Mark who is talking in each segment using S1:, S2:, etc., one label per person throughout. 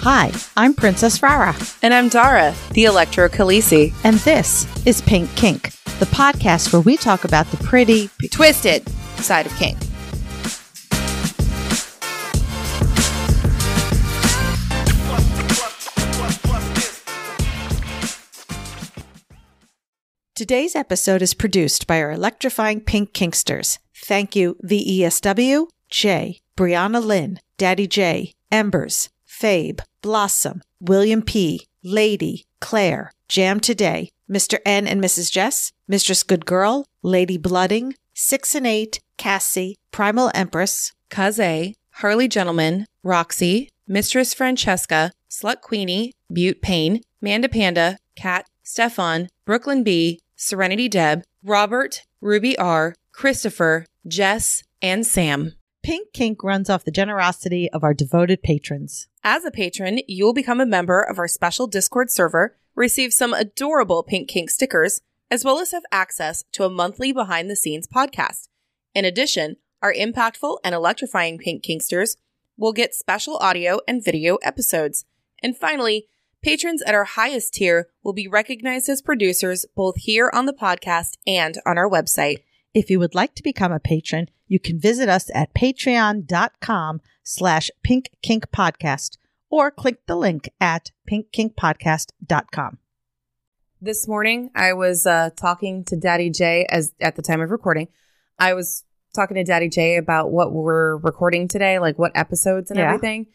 S1: Hi, I'm Princess Rara,
S2: And I'm Dara, the Electro Khaleesi.
S1: and this is Pink Kink, the podcast where we talk about the pretty.
S2: Twisted side of kink.
S1: Today's episode is produced by our electrifying Pink Kinksters. Thank you, E the ESW, Jay, Brianna Lynn, Daddy J, Embers, Fabe, Blossom, William P, Lady, Claire, Jam Today, Mr. N and Mrs. Jess, Mistress Good Girl, Lady Blooding, Six and Eight, Cassie, Primal Empress,
S2: Kaze, Harley Gentleman, Roxy, Mistress Francesca, Slut Queenie, Butte Payne, Manda Panda, Kat, Stefan, Brooklyn B, Serenity Deb, Robert, Ruby R, Christopher, Jess, and Sam.
S1: Pink Kink runs off the generosity of our devoted patrons.
S2: As a patron, you will become a member of our special Discord server, receive some adorable Pink Kink stickers, as well as have access to a monthly behind the scenes podcast. In addition, our impactful and electrifying Pink Kinksters will get special audio and video episodes. And finally, patrons at our highest tier will be recognized as producers both here on the podcast and on our website.
S1: If you would like to become a patron, you can visit us at patreon.com slash pink kink podcast or click the link at pinkkinkpodcast.com.
S2: this morning i was uh, talking to daddy jay as at the time of recording i was talking to daddy jay about what we're recording today like what episodes and
S1: Yeah.
S2: everything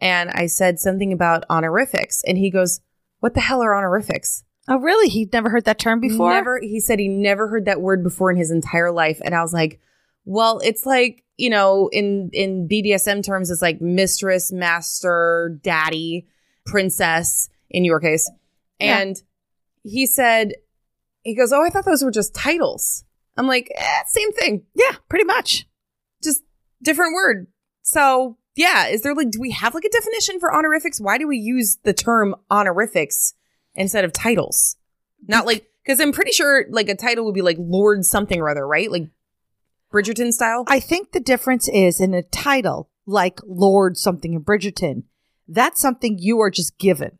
S2: and i said something about honorifics and he goes what the hell are honorifics
S1: Oh, really? He'd never heard that term before?
S2: Never. He said he never heard that word before in his entire life, and I was like, "Well, it's like you know, in in BDSM terms, it's like mistress, master, daddy, princess in your case."
S1: Yeah.
S2: And he said, "He goes, oh, I thought those were just titles." I'm like, eh, "Same thing,
S1: Yeah, pretty much.
S2: different word." So yeah, is there like, do we have like a definition for honorifics? Why do we use the term honorifics instead of titles? Not like because I'm pretty sure like a title would be like Lord something or other, right? Like Bridgerton style.
S1: I think the difference is in a title like Lord something in Bridgerton, that's something you are just given.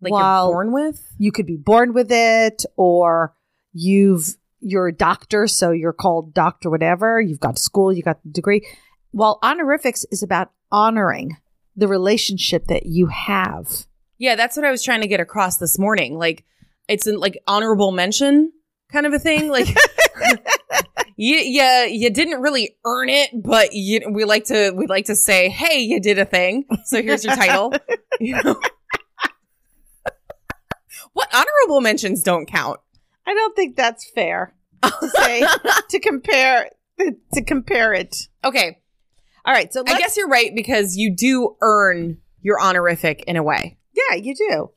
S2: like
S1: While-
S2: you're born with.
S1: you could be born with it or you've you're a doctor so you're called doctor whatever you've got school you got the degree while honorifics is about honoring the relationship that you have
S2: Yeah, that's what I was trying to get across this morning. Like it's an like honorable mention kind of a thing. Like you yeah, you didn't really earn it, but you, we like to we like to say, "Hey, you did a thing. So here's your title." you know. what honorable mentions don't count?
S1: i don't think that's fair to say to compare to compare it
S2: Okay,
S1: all right so
S2: I guess you're right because you do earn your honorific in a way.
S1: yeah you do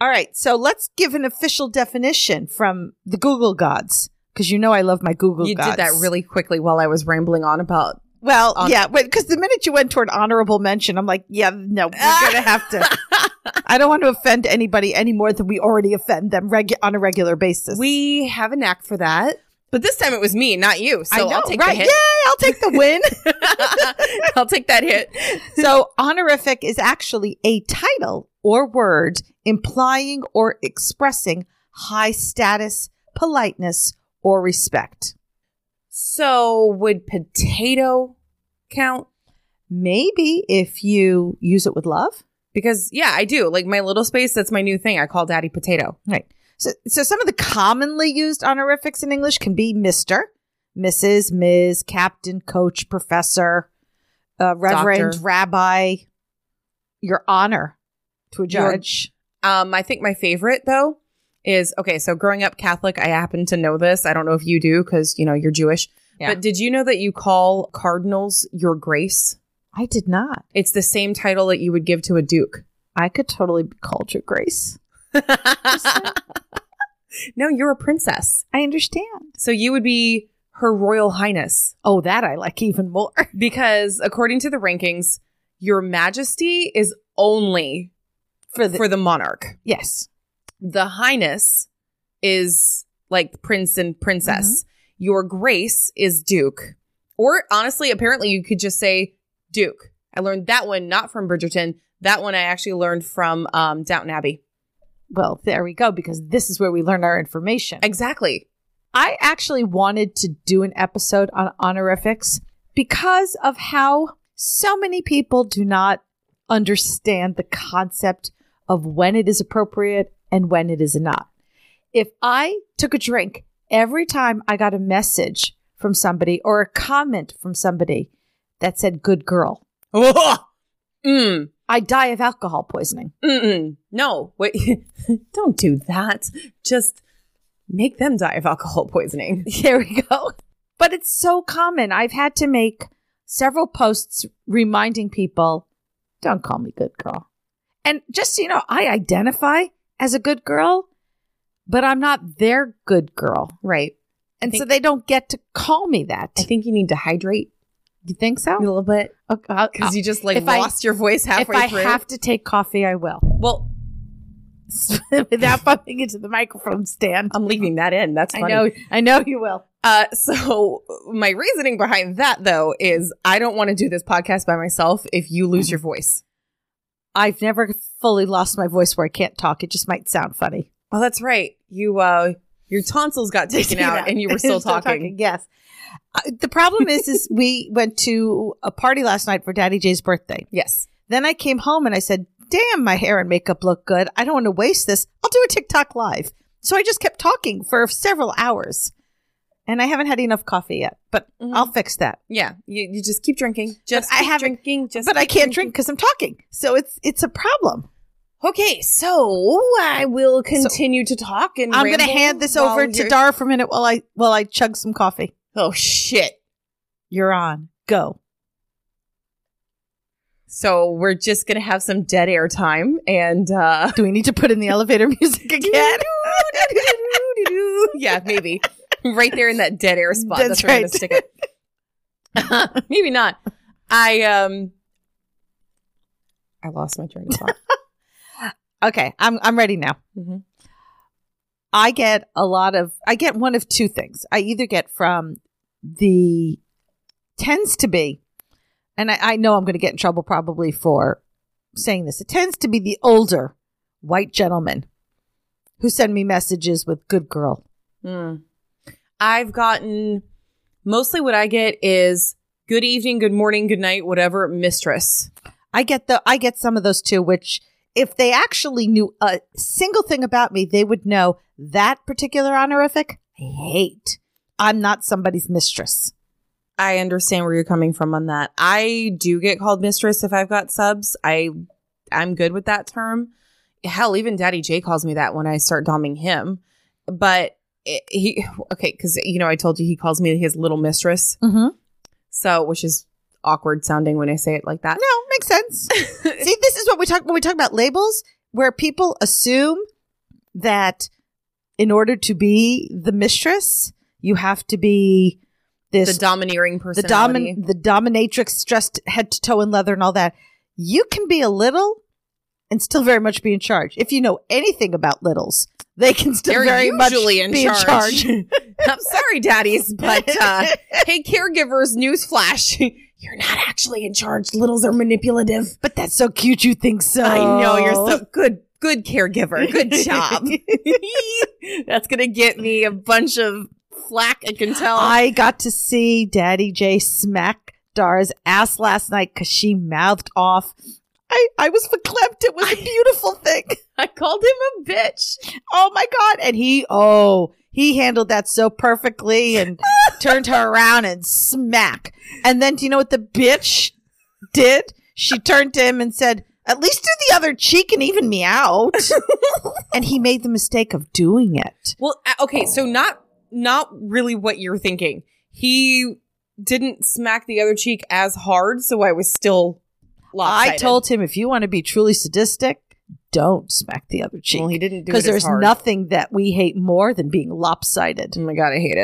S1: all right so let's give an official definition from the google gods because you know i love my google
S2: you
S1: gods
S2: did that really quickly while I was rambling on about.
S1: Well,
S2: Hon-
S1: yeah, because the minute you went toward honorable mention, I'm like, yeah, no, we're gonna have to. I don't want to offend anybody any more than we already offend them regu- on a regular basis.
S2: We have a knack for that, but this time it was me, not you. So
S1: I know,
S2: will take
S1: right?
S2: the hit.
S1: Yay, I'll take the win.
S2: I'll take that hit.
S1: so, honorific is actually a title or word implying or expressing high status, politeness, or respect.
S2: So would potato count?
S1: Maybe if you use it with love.
S2: Because yeah, I do. Like my little space, that's my new thing. I call daddy potato.
S1: Right. So, so some of the commonly used honorifics in English can be Mr., Mrs., Ms., Captain, Coach, Professor, uh, Reverend,
S2: Doctor.
S1: Rabbi, your honor to a
S2: Your-
S1: judge.
S2: Um, I think my favorite though is okay. So growing up Catholic, I happen to know this. I don't know if you do because you know you're Jewish.
S1: Yeah.
S2: But did you know that you call cardinals your grace?
S1: I did not.
S2: It's the same title that you would give to a duke.
S1: I could totally be called your grace.
S2: no, you're a princess.
S1: I understand.
S2: So you would be Her Royal Highness.
S1: Oh, that I like even more.
S2: Because according to the rankings, Your Majesty is only
S1: For the,
S2: for the monarch.
S1: yes.
S2: The Highness is like prince and princess.
S1: Mm-hmm.
S2: Your Grace is Duke. Or honestly, apparently, you could just say Duke. I learned that one not from Bridgerton. That one I actually learned from um, Downton Abbey.
S1: Well, there we go, because this is where we learn our information.
S2: Exactly.
S1: I actually wanted to do an episode on honorifics because of how so many people do not understand the concept of when it is appropriate and when it is not. If I took a drink every time I got a message from somebody or a comment from somebody that said, good girl,
S2: Mm.
S1: I die of alcohol poisoning.
S2: Mm-mm. No, wait. Don't do that. Just make them die of alcohol poisoning.
S1: There we go. But it's so common. I've had to make several posts reminding people, don't call me good girl. And just so you know, I identify as a good girl, but I'm not their good girl.
S2: Right.
S1: And
S2: I think-
S1: so they don't get to call me that.
S2: I think you need to hydrate
S1: you think
S2: a
S1: so?
S2: little bit
S1: Okay, I'll-
S2: because you just like
S1: If I-
S2: lost your voice
S1: I'll- if
S2: halfway
S1: I
S2: through.
S1: have to take coffee, I will.
S2: well,
S1: Without bumping into the microphone stand.
S2: I'm leaving that in. Um, That's
S1: I
S2: funny.
S1: know I know you will.
S2: Uh, so my reasoning behind that though is I don't want to do this podcast by myself if you lose your voice.
S1: I've never fully lost my voice where I can't talk. It just might sound funny.
S2: Oh, that's right. You uh, your tonsils got taken
S1: Taken
S2: out, and you were still talking.
S1: Yes. Uh, the problem is, is we went to a party last night for Daddy Jay's birthday.
S2: Yes.
S1: Then I came home and I said, "Damn, my hair and makeup look good. I don't want to waste this. I'll do a TikTok live." So I just kept talking for several hours, and I haven't had enough coffee yet. But
S2: Mhm.
S1: I'll fix that.
S2: Yeah. You, you just keep drinking. Just
S1: I
S2: keep
S1: haven't-
S2: drinking. Just
S1: but I
S2: keep
S1: can't
S2: drinking.
S1: drink because I'm talking. So it's it's a problem.
S2: Okay, so I will continue to talk and
S1: I'm going to hand this over to
S2: Dar.
S1: Dar for a minute while I while I chug some coffee.
S2: Oh shit.
S1: You're on. Go.
S2: So we're just gonna have some dead air time and uh
S1: Do we need to put in the elevator music again?
S2: yeah, maybe. right there in that dead air spot.
S1: That's
S2: That's, where I'm gonna stick it. maybe not. I um I lost my train of thought.
S1: Okay, I'm I'm ready now.
S2: Mhm.
S1: I get a lot of I get one of two things. I either get from the tends to be, and I, I know I'm going to get in trouble probably for saying this. It tends to be the older white gentlemen who send me messages with "good girl."
S2: Mm. I've gotten mostly what I get is good evening, good morning, good night, whatever, mistress.
S1: I get the I get some of those too. Which if they actually knew a single thing about me, they would know that particular honorific. I hate. I'm not somebody's mistress.
S2: I understand where you're coming from on that. I do get called mistress if I've got subs. I I'm good with that term. Hell, even Daddy J calls me that when I start doming him. But it, he okay, because you know I told you he calls me his little mistress,
S1: Mm-hmm.
S2: so which is awkward sounding when I say it like that.
S1: No, makes sense. See, this is what we talk when we talk about labels, where people assume that in order to be the mistress, you have to be
S2: The
S1: this
S2: domineering
S1: the
S2: personality.
S1: domin the dominatrix dressed head to toe in leather and all that. You can be a little and still very much be in charge. If you know anything about littles, they can still
S2: They're
S1: very much
S2: usually in
S1: be
S2: charge.
S1: in
S2: I'm sorry, daddies,
S1: charge.
S2: but uh, hey, caregivers, newsflash: you're not actually in charge. Littles are manipulative.
S1: but that's so cute. You think so?
S2: I know you're
S1: Oh.
S2: so good. Good caregiver. Good job. That's gonna get me a bunch of flack. I can tell.
S1: I got to see Daddy J smack Dara's ass last night because she mouthed off. I, I was verklempt. It was a beautiful thing.
S2: I called him a bitch.
S1: Oh my God. And he, oh, he handled that so perfectly and turned her around and smack. And then do you know what the bitch did? She turned to him and said, at least do the other cheek and even me out. and he made the mistake of doing it.
S2: Well, uh, okay, so not not really what you're thinking. He didn't smack the other cheek as hard, so I was still. Lopsided.
S1: I told him if you want to be truly sadistic, don't smack the other cheek.
S2: Well, he didn't do it
S1: because
S2: as
S1: there's
S2: hard.
S1: nothing that we hate more than being lopsided.
S2: Oh my god, I hate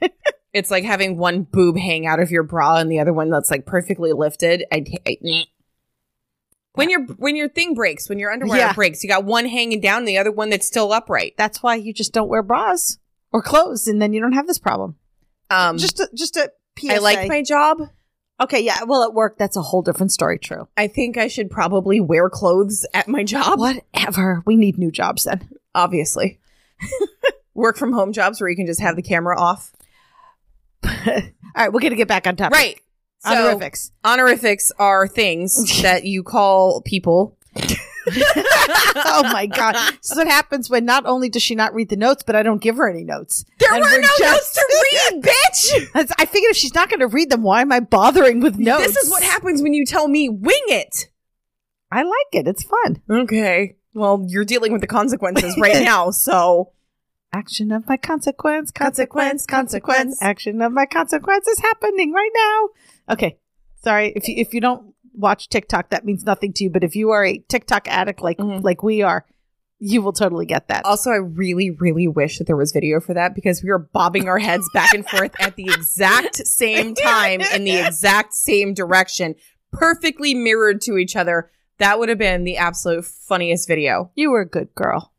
S2: it. it's like having one boob hang out of your bra and the other one that's like perfectly lifted. I, I meh. when your when your thing breaks, when your underwear
S1: Yeah.
S2: breaks, you got one hanging down, the other one that's still upright.
S1: That's why you just don't wear bras or clothes, and then you don't have this problem.
S2: Um,
S1: just a, just a PSA.
S2: I like my job.
S1: Okay, yeah. Well, at work, that's a whole different story. True.
S2: I think I should probably wear clothes at my job.
S1: Whatever. We need new jobs then.
S2: Obviously. Work from home jobs where you can just have the camera off.
S1: All right, we're gonna get back on topic.
S3: Right. So
S1: Honorifics.
S3: honorifics are things that you call people.
S1: oh my god. This is what happens when not only does she not read the notes, but I don't give her any notes.
S2: There
S1: And
S2: were
S1: we're
S2: no notes
S1: just-
S2: to read, bitch.
S1: That's- I figured if she's not gonna read them, why am I bothering with notes?
S2: This is what happens when you tell me wing it.
S1: I like it. It's fun.
S2: Okay. Well, you're dealing with the consequences right now, so
S1: Action of my consequence, consequence,
S2: Consequence,
S1: consequence.
S2: consequence.
S1: Action of my consequence is happening right now. Okay. Sorry. If you if you don't watch TikTok, that means nothing to you. But if you are a TikTok addict like
S2: Mhm.
S1: like we are, you will totally get that.
S2: also I really, really wish that there was video for that because we were bobbing our heads back and forth at the exact same time in the exact same direction, perfectly mirrored to each other. That would have been the absolute funniest video.
S1: You were a good girl.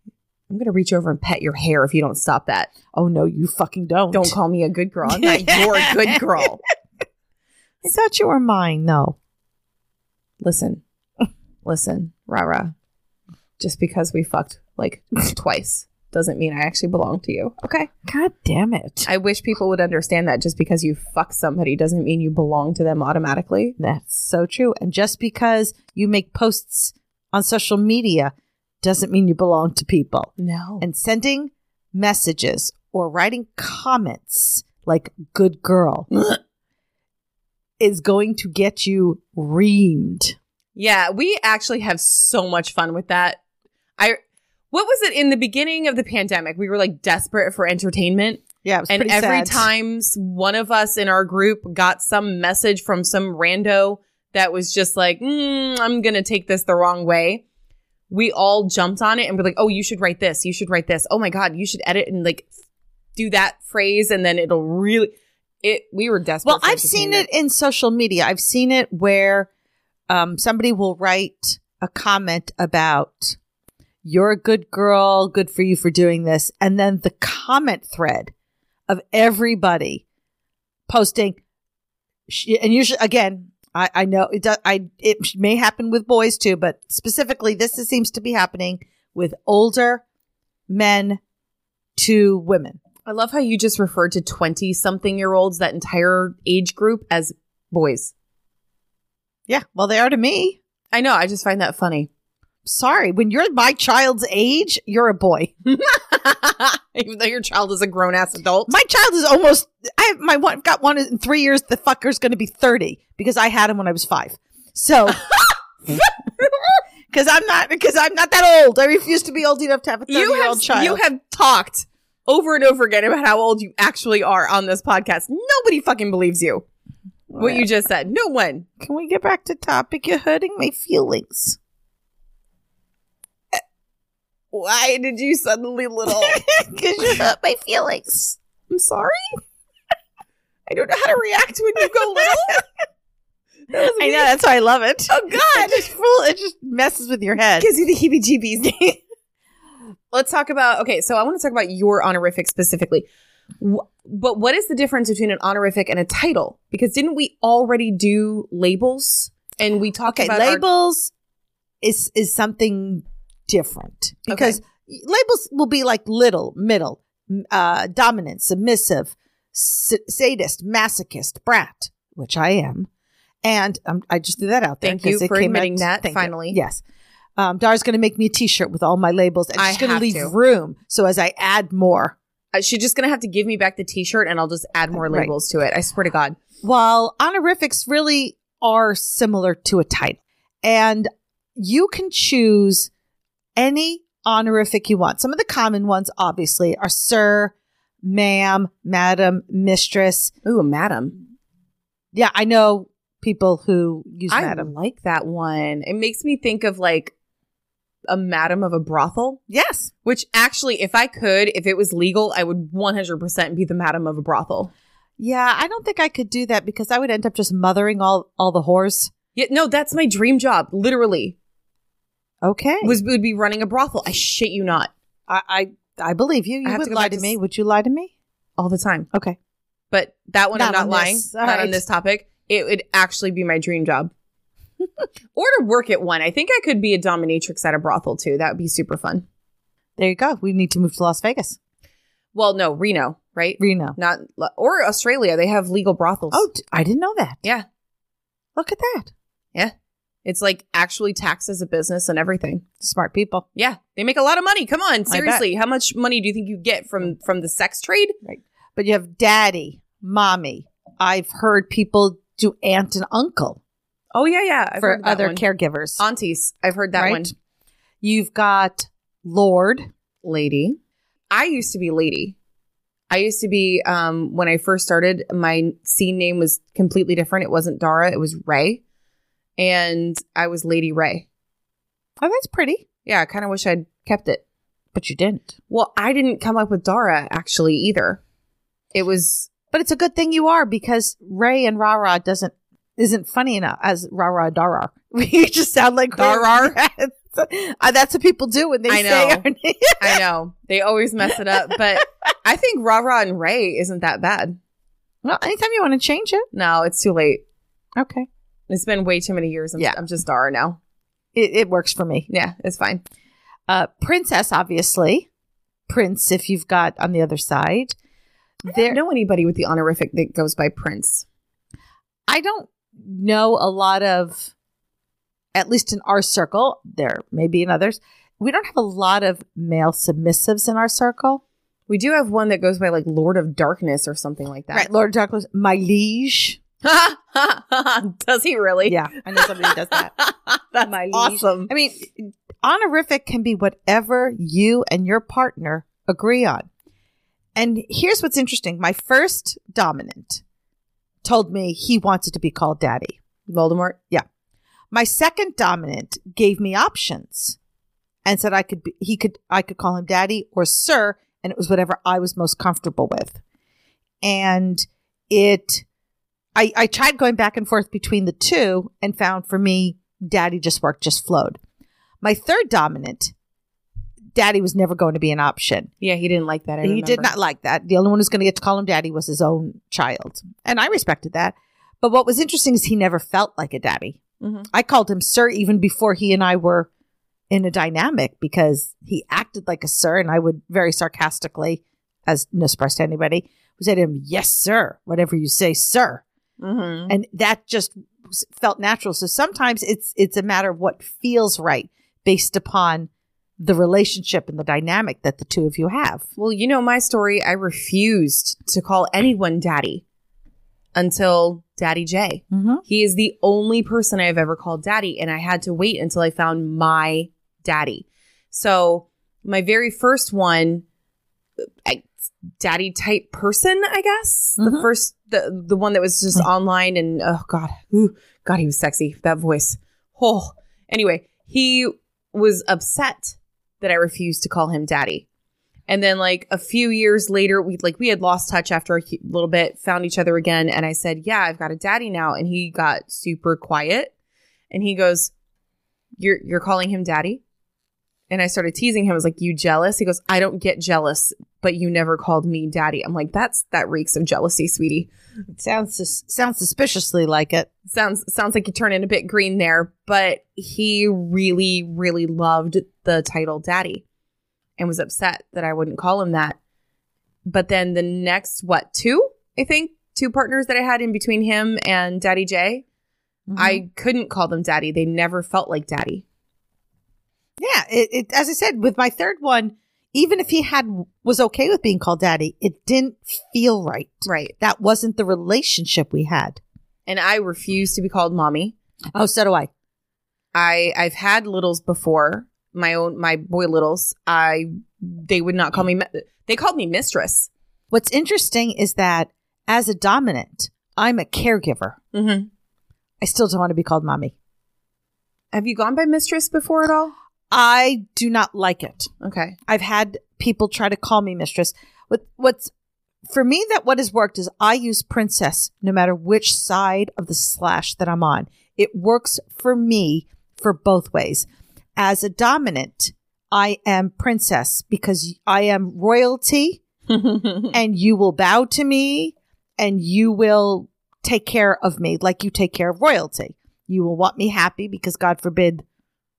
S2: I'm gonna reach over and pet your hair if you don't stop that.
S1: Oh no, you fucking don't.
S2: Don't call me a good girl. I'm not your good girl.
S1: I thought you were mine, though.
S2: listen, listen, rah rah. Just because we fucked like twice doesn't mean I actually belong to you. Okay.
S1: God damn it.
S2: I wish people would understand that just because you fuck somebody doesn't mean you belong to them automatically.
S1: That's so true. And just because you make posts on social media doesn't mean you belong to people.
S2: No. And
S1: And sending messages or writing comments like good girl is going to get you reamed.
S2: yeah, we actually have so much fun with that. I what was it in the beginning of the pandemic? We were like desperate for entertainment.
S1: Yeah, it was
S2: and
S1: pretty
S2: every
S1: sad.
S2: time s- one of us in our group got some message from some rando that was just like mm, i'm gonna take this the wrong way we all jumped on it and we're like oh you should write this you should write this oh my god you should edit and like do that phrase and then it'll really it we were desperate
S1: Well,
S2: for
S1: I've seen it
S2: entertainment.
S1: in social media. I've seen it where um, somebody will write a comment about, you're a good girl, good for you for doing this. And then the comment thread of everybody posting, she, and usually, again, I, I know it does, I, it may happen with boys too, but specifically, this is- seems to be happening with older men to women.
S2: i love how you just referred to 20 something year olds that entire age group as boys
S1: Yeah. Well, they are to me.
S2: i know i just find that funny
S1: sorry, when you're my child's age, you're a boy.
S2: even though your child is a grown-ass adult
S1: My child is almost. I have my one. I've got one in three years. The fucker's going to be thirty because I had him when I was five. So, because I'm not because I'm not that old. I refuse to be old enough to have a thirty
S2: you
S1: year
S2: have
S1: old child.
S2: you have talked over and over again about how old you actually are on this podcast. Nobody fucking believes you. What you just said. No one.
S1: Can we get back to topic? You're hurting my feelings.
S2: Why did you suddenly little?
S1: Because you hurt my feelings.
S2: I'm sorry. I don't know how to react when you go little. That was
S1: I know.
S2: weird.
S1: That's why I love it.
S2: Oh
S1: It
S2: God.
S1: just fool. It just messes with your head.
S2: Gives you the heebie-jeebies. Let's talk about okay. So I want to talk about your honorific specifically. Wh- But what is the difference between an honorific and a title? Because didn't we already do labels and we talked
S1: okay
S2: about our-
S1: labels is is something different because labels will be like little middle m- uh dominant submissive s- sadist masochist brat which i am and um, i just threw that out there
S2: Thank
S1: 'cause
S2: you
S1: it
S2: for
S1: came out-
S2: admitting that,
S1: thank you.
S2: finally.
S1: yes um, Dara's going to make me a T-shirt with all my labels, and
S2: I
S1: she's going to
S2: have
S1: leave
S2: to.
S1: room so as I add more.
S2: Uh, she's just gonna have to give me back the t-shirt and i'll just add more
S1: Right.
S2: labels to it i swear to god
S1: While honorifics really are similar to a title, and you can choose any honorific you want. Some of the common ones, obviously, are sir, ma'am, madam, mistress.
S2: ooh madam
S1: Yeah, I know people who use
S2: i
S1: madam.
S2: like that one it makes me think of like a madam of a brothel
S1: Yes.
S2: which actually if i could if it was legal i would 100% be the madam of a brothel
S1: Yeah, I don't think I could do that because I would end up just mothering all all the whores.
S2: yeah no that's my dream job literally
S1: Okay.
S2: was would be running a brothel i shit you not
S1: I, I I believe you.
S2: I
S1: You
S2: have
S1: would
S2: to go
S1: lie
S2: back
S1: to
S2: to
S1: me.
S2: s-
S1: Would you lie to me?
S2: all the time
S1: Okay.
S2: but that one
S1: Not
S2: i'm not
S1: on
S2: lying
S1: this. All
S2: not on
S1: right.
S2: this topic it would actually be my dream job. or to work at one. I think I could be a dominatrix at a brothel too. That would be super fun.
S1: There you go. We need to move to Las Vegas,
S2: Well, no, Reno, right?
S1: Reno.
S2: Not or Australia. They have legal brothels.
S1: Oh, d- I didn't know that.
S2: yeah.
S1: Look at that.
S2: It's like actually taxed as a business and everything.
S1: Smart people.
S2: Yeah, they make a lot of money. Come on, seriously, how much money do you think you get from from the sex trade?
S1: But you have daddy, mommy. I've heard people do aunt and uncle
S2: Oh yeah, yeah. I've
S1: for
S2: heard that
S1: other
S2: one.
S1: caregivers.
S2: aunties. I've heard that
S1: right?
S2: one.
S1: You've got Lord.
S2: Lady, I used to be lady. I used to be um when I first started. My scene name was completely different. It wasn't Dara. It was Ray, and I was Lady Ray.
S1: Oh, that's pretty.
S2: Yeah, I kind of wish I'd kept it.
S1: But you didn't.
S2: Well, I didn't come up with Dara actually either. It was
S1: But it's a good thing you are because Ray and Ra Ra doesn't isn't funny enough as Ra Ra Darar. You just sound like
S2: Darar?
S1: Uh, That's what people do when they
S2: I
S1: say
S2: know.
S1: our name.
S2: I know they always mess it up, but I think Ra Ra and Ray isn't that bad.
S1: Well, anytime you want to change it,
S2: No, it's too late.
S1: okay,
S2: It's been way too many years. I'm,
S1: Yeah.
S2: I'm just Dara now.
S1: it, it works for me.
S2: Yeah, it's fine.
S1: Uh, princess, obviously, prince. If you've got on the other side,
S2: I
S1: there
S2: don't know anybody with the honorific that goes by Prince.
S1: I don't know a lot of, at least in our circle, there may be in others. We don't have a lot of male submissives in our circle.
S2: We do have one that goes by like Lord of Darkness or something like that.
S1: Right, Lord Douglas, my liege.
S2: Does he really?
S1: Yeah, I know somebody who does that.
S2: That's
S1: My liege.
S2: awesome.
S1: I mean, honorific can be whatever you and your partner agree on. And here's what's interesting my first dominant told me he wanted to be called daddy.
S2: Voldemort.
S1: My second dominant gave me options and said I could be, he could I could call him daddy or sir and it was whatever I was most comfortable with. And it I I tried going back and forth between the two and found for me daddy just worked just flowed. My third dominant daddy was never going to be an option.
S2: Yeah, he didn't like that. I
S1: He did
S2: remember.
S1: not like that. The only one who's going to get to call him daddy was his own child. And I respected that. But what was interesting is he never felt like a daddy.
S2: Mhm.
S1: I called him sir even before he and I were in a dynamic because he acted like a sir, and I would very sarcastically, as no surprise to anybody, would say to him, "Yes, sir," whatever you say, sir,
S2: Mhm.
S1: and that just s- felt natural. So sometimes it's it's a matter of what feels right based upon the relationship and the dynamic that the two of you have.
S2: Well, you know my story. I refused to call anyone daddy until Daddy J.
S1: Mm-hmm.
S2: He is the only person I've ever called daddy, and I had to wait until I found my daddy. So, my very first one, uh, I, daddy type person, I guess. The
S1: Mhm.
S2: first, the the one that was just online, and oh god, ooh, god, he was sexy. That voice. Oh, anyway, he was upset that I refused to call him daddy. And then like a few years later, we like we had lost touch after a hu- little bit, found each other again, and I said, "Yeah, I've got a daddy now." And he got super quiet, and he goes, "You're you're calling him daddy?" And I started teasing him. I was like, "You jealous?" He goes, "I don't get jealous, but you never called me daddy." I'm like, "That's that reeks of jealousy, sweetie."
S1: Sounds sus- sounds suspiciously like it.
S2: sounds sounds like you turn in a bit green there, but he really really loved the title daddy and was upset that I wouldn't call him that. But then the next what, two? I think two partners that I had in between him and Daddy J,
S1: Mm-hmm.
S2: I couldn't call them daddy. They never felt like daddy.
S1: Yeah, it, it as I said with my third one, even if he had was okay with being called daddy, it didn't feel right.
S2: Right.
S1: That wasn't the relationship we had.
S2: And I refuse to be called mommy.
S1: Oh, so do I.
S2: I I've had littles before. My own my boy littles. I they would not call me mi- they called me mistress.
S1: What's interesting is that as a dominant, I'm a caregiver.
S2: Mhm.
S1: I still don't want to be called mommy.
S2: Have you gone by mistress before at all?
S1: I do not like it.
S2: Okay.
S1: I've had people try to call me mistress. What what's for me that what has worked is I use princess no matter which side of the slash that I'm on. It works for me for both ways. As a dominant, I am princess because I am royalty and you will bow to me and you will take care of me like you take care of royalty. You will want me happy because God forbid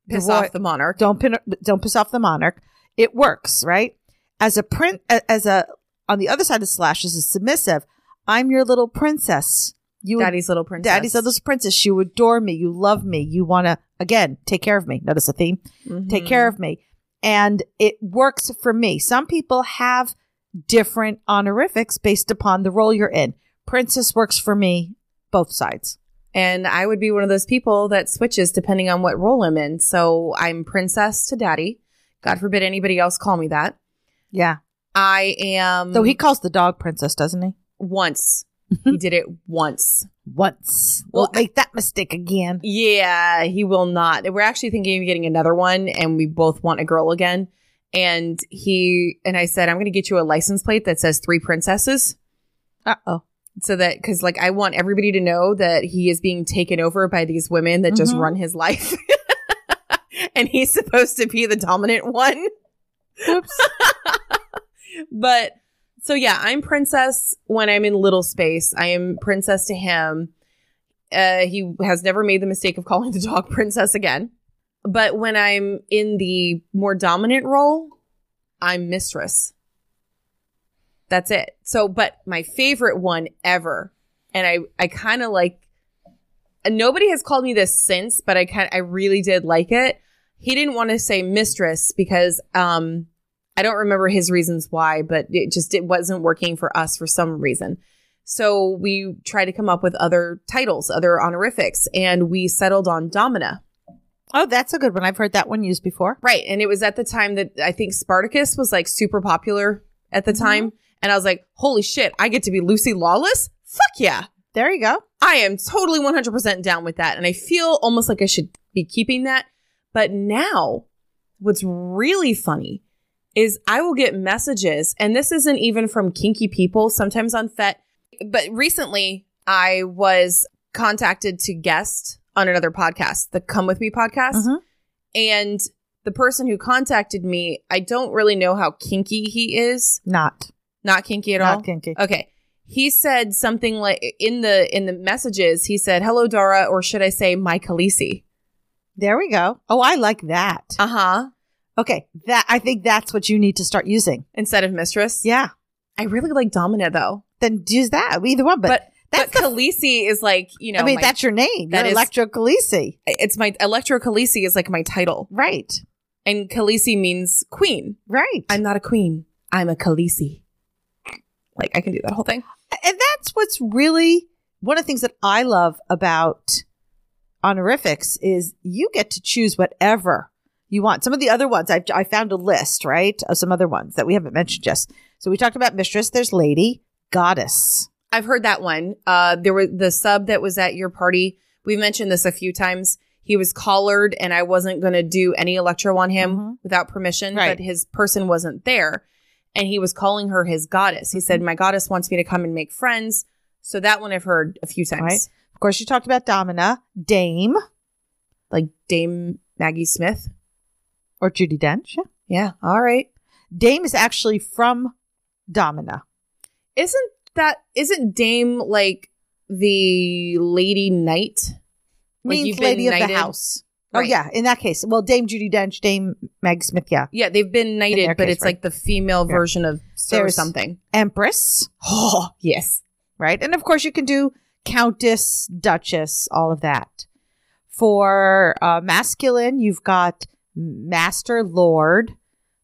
S1: the
S2: Piss
S1: roi-
S2: off the monarch.
S1: don't pin, don't piss off the monarch. It works, right? As a print, a- as a on the other side of slash is a submissive. I'm your little princess. You,
S2: Daddy's little princess.
S1: daddy's little princess. You adore me. You love me. You want to again take care of me. Notice the theme
S2: Mm-hmm.
S1: take care of me. And it works for me. Some people have different honorifics based upon the role you're in. Princess works for me, both sides.
S2: And I would be one of those people that switches depending on what role I'm in. So I'm princess to daddy. God forbid anybody else call me that.
S1: Yeah.
S2: I am.
S1: Though he calls the dog princess, doesn't he?
S2: once he did it once.
S1: Once.
S2: Well,
S1: Won't make that mistake again.
S2: Yeah, he will not. We're actually thinking of getting another one, and we both want a girl again. And he and I said, I'm going to get you a license plate that says three princesses,
S1: Uh oh.
S2: so that because like I want everybody to know that he is being taken over by these women that just
S1: Mhm.
S2: run his life, and he's supposed to be the dominant one.
S1: Oops.
S2: But so yeah, I'm princess when I'm in little space. I am princess to him. Uh, he has never made the mistake of calling the dog princess again. But when I'm in the more dominant role, I'm mistress. That's it. So, but my favorite one ever, and I I kind of like. Nobody has called me this since, but I kind I really did like it. He didn't want to say mistress because um I don't remember his reasons why, but it just it wasn't working for us for some reason. So we tried to come up with other titles, other honorifics, and we settled on Domina.
S1: oh, that's a good one. I've heard that one used before.
S2: Right. And it was at the time that I think Spartacus was like super popular at the time. And I was like, holy shit, I get to be Lucy Lawless? Fuck yeah.
S1: There you go.
S2: I am totally 100% down with that. And I feel almost like I should be keeping that. But now, what's really funny is I will get messages, and this isn't even from kinky people, sometimes on FET. But recently, I was contacted to guest on another podcast, the Come With Me podcast.
S1: Mhm.
S2: And the person who contacted me, I don't really know how kinky he is.
S1: Not.
S2: Not kinky at all.
S1: Not kinky.
S2: Okay. He said something like in the in the messages, he said, Hello Dara, or should I say my Khaleesi?
S1: There we go. Oh, I like that.
S2: Uh-huh.
S1: Okay. That I think that's what you need to start using.
S2: Instead of mistress.
S1: Yeah.
S2: I really like Domina though.
S1: Then use that. Either one. But,
S2: But
S1: that's
S2: but Khaleesi is like, you know,
S1: I mean,
S2: my-
S1: that's your name.
S2: that
S1: You're
S2: is-
S1: Electro Khaleesi.
S2: it's my Electro Khaleesi is like my title.
S1: Right.
S2: And Khaleesi means queen.
S1: Right.
S2: I'm not a queen. I'm a Khaleesi. Like I can do that whole thing.
S1: and that's what's really one of the things that I love about honorifics is you get to choose whatever you want. Some of the other ones, I've, I found a list, right? Of some other ones that we haven't mentioned just. So we talked about mistress. There's lady, goddess.
S2: I've heard that one. Uh, there was the sub that was at your party. We mentioned this a few times. He was collared, and I wasn't going to do any electro on him
S1: Mhm.
S2: without permission.
S1: Right.
S2: But his person wasn't there, and he was calling her his goddess. He
S1: Mm-hmm.
S2: said, "My goddess wants me to come and make friends." So that one I've heard a few times,
S1: Right. Of course, you talked about domina, dame,
S2: like Dame Maggie Smith.
S1: or Judy Dench. Yeah.
S2: Yeah, all right.
S1: Dame is actually from domina.
S2: Isn't that isn't Dame like the lady knight? Like,
S1: Means
S2: you've been
S1: lady of the
S2: knighted?
S1: house. Oh
S2: Right.
S1: yeah, in that case, well, Dame Judy Dench, Dame Meg Smith, yeah,
S2: Yeah, they've been knighted,
S1: their
S2: but
S1: case,
S2: it's
S1: right.
S2: like the female
S1: Yeah.
S2: version of Sir
S1: There's-
S2: something.
S1: Empress,
S2: Oh, yes.
S1: right? And of course, you can do countess, duchess, all of that. For uh, masculine, you've got master, lord,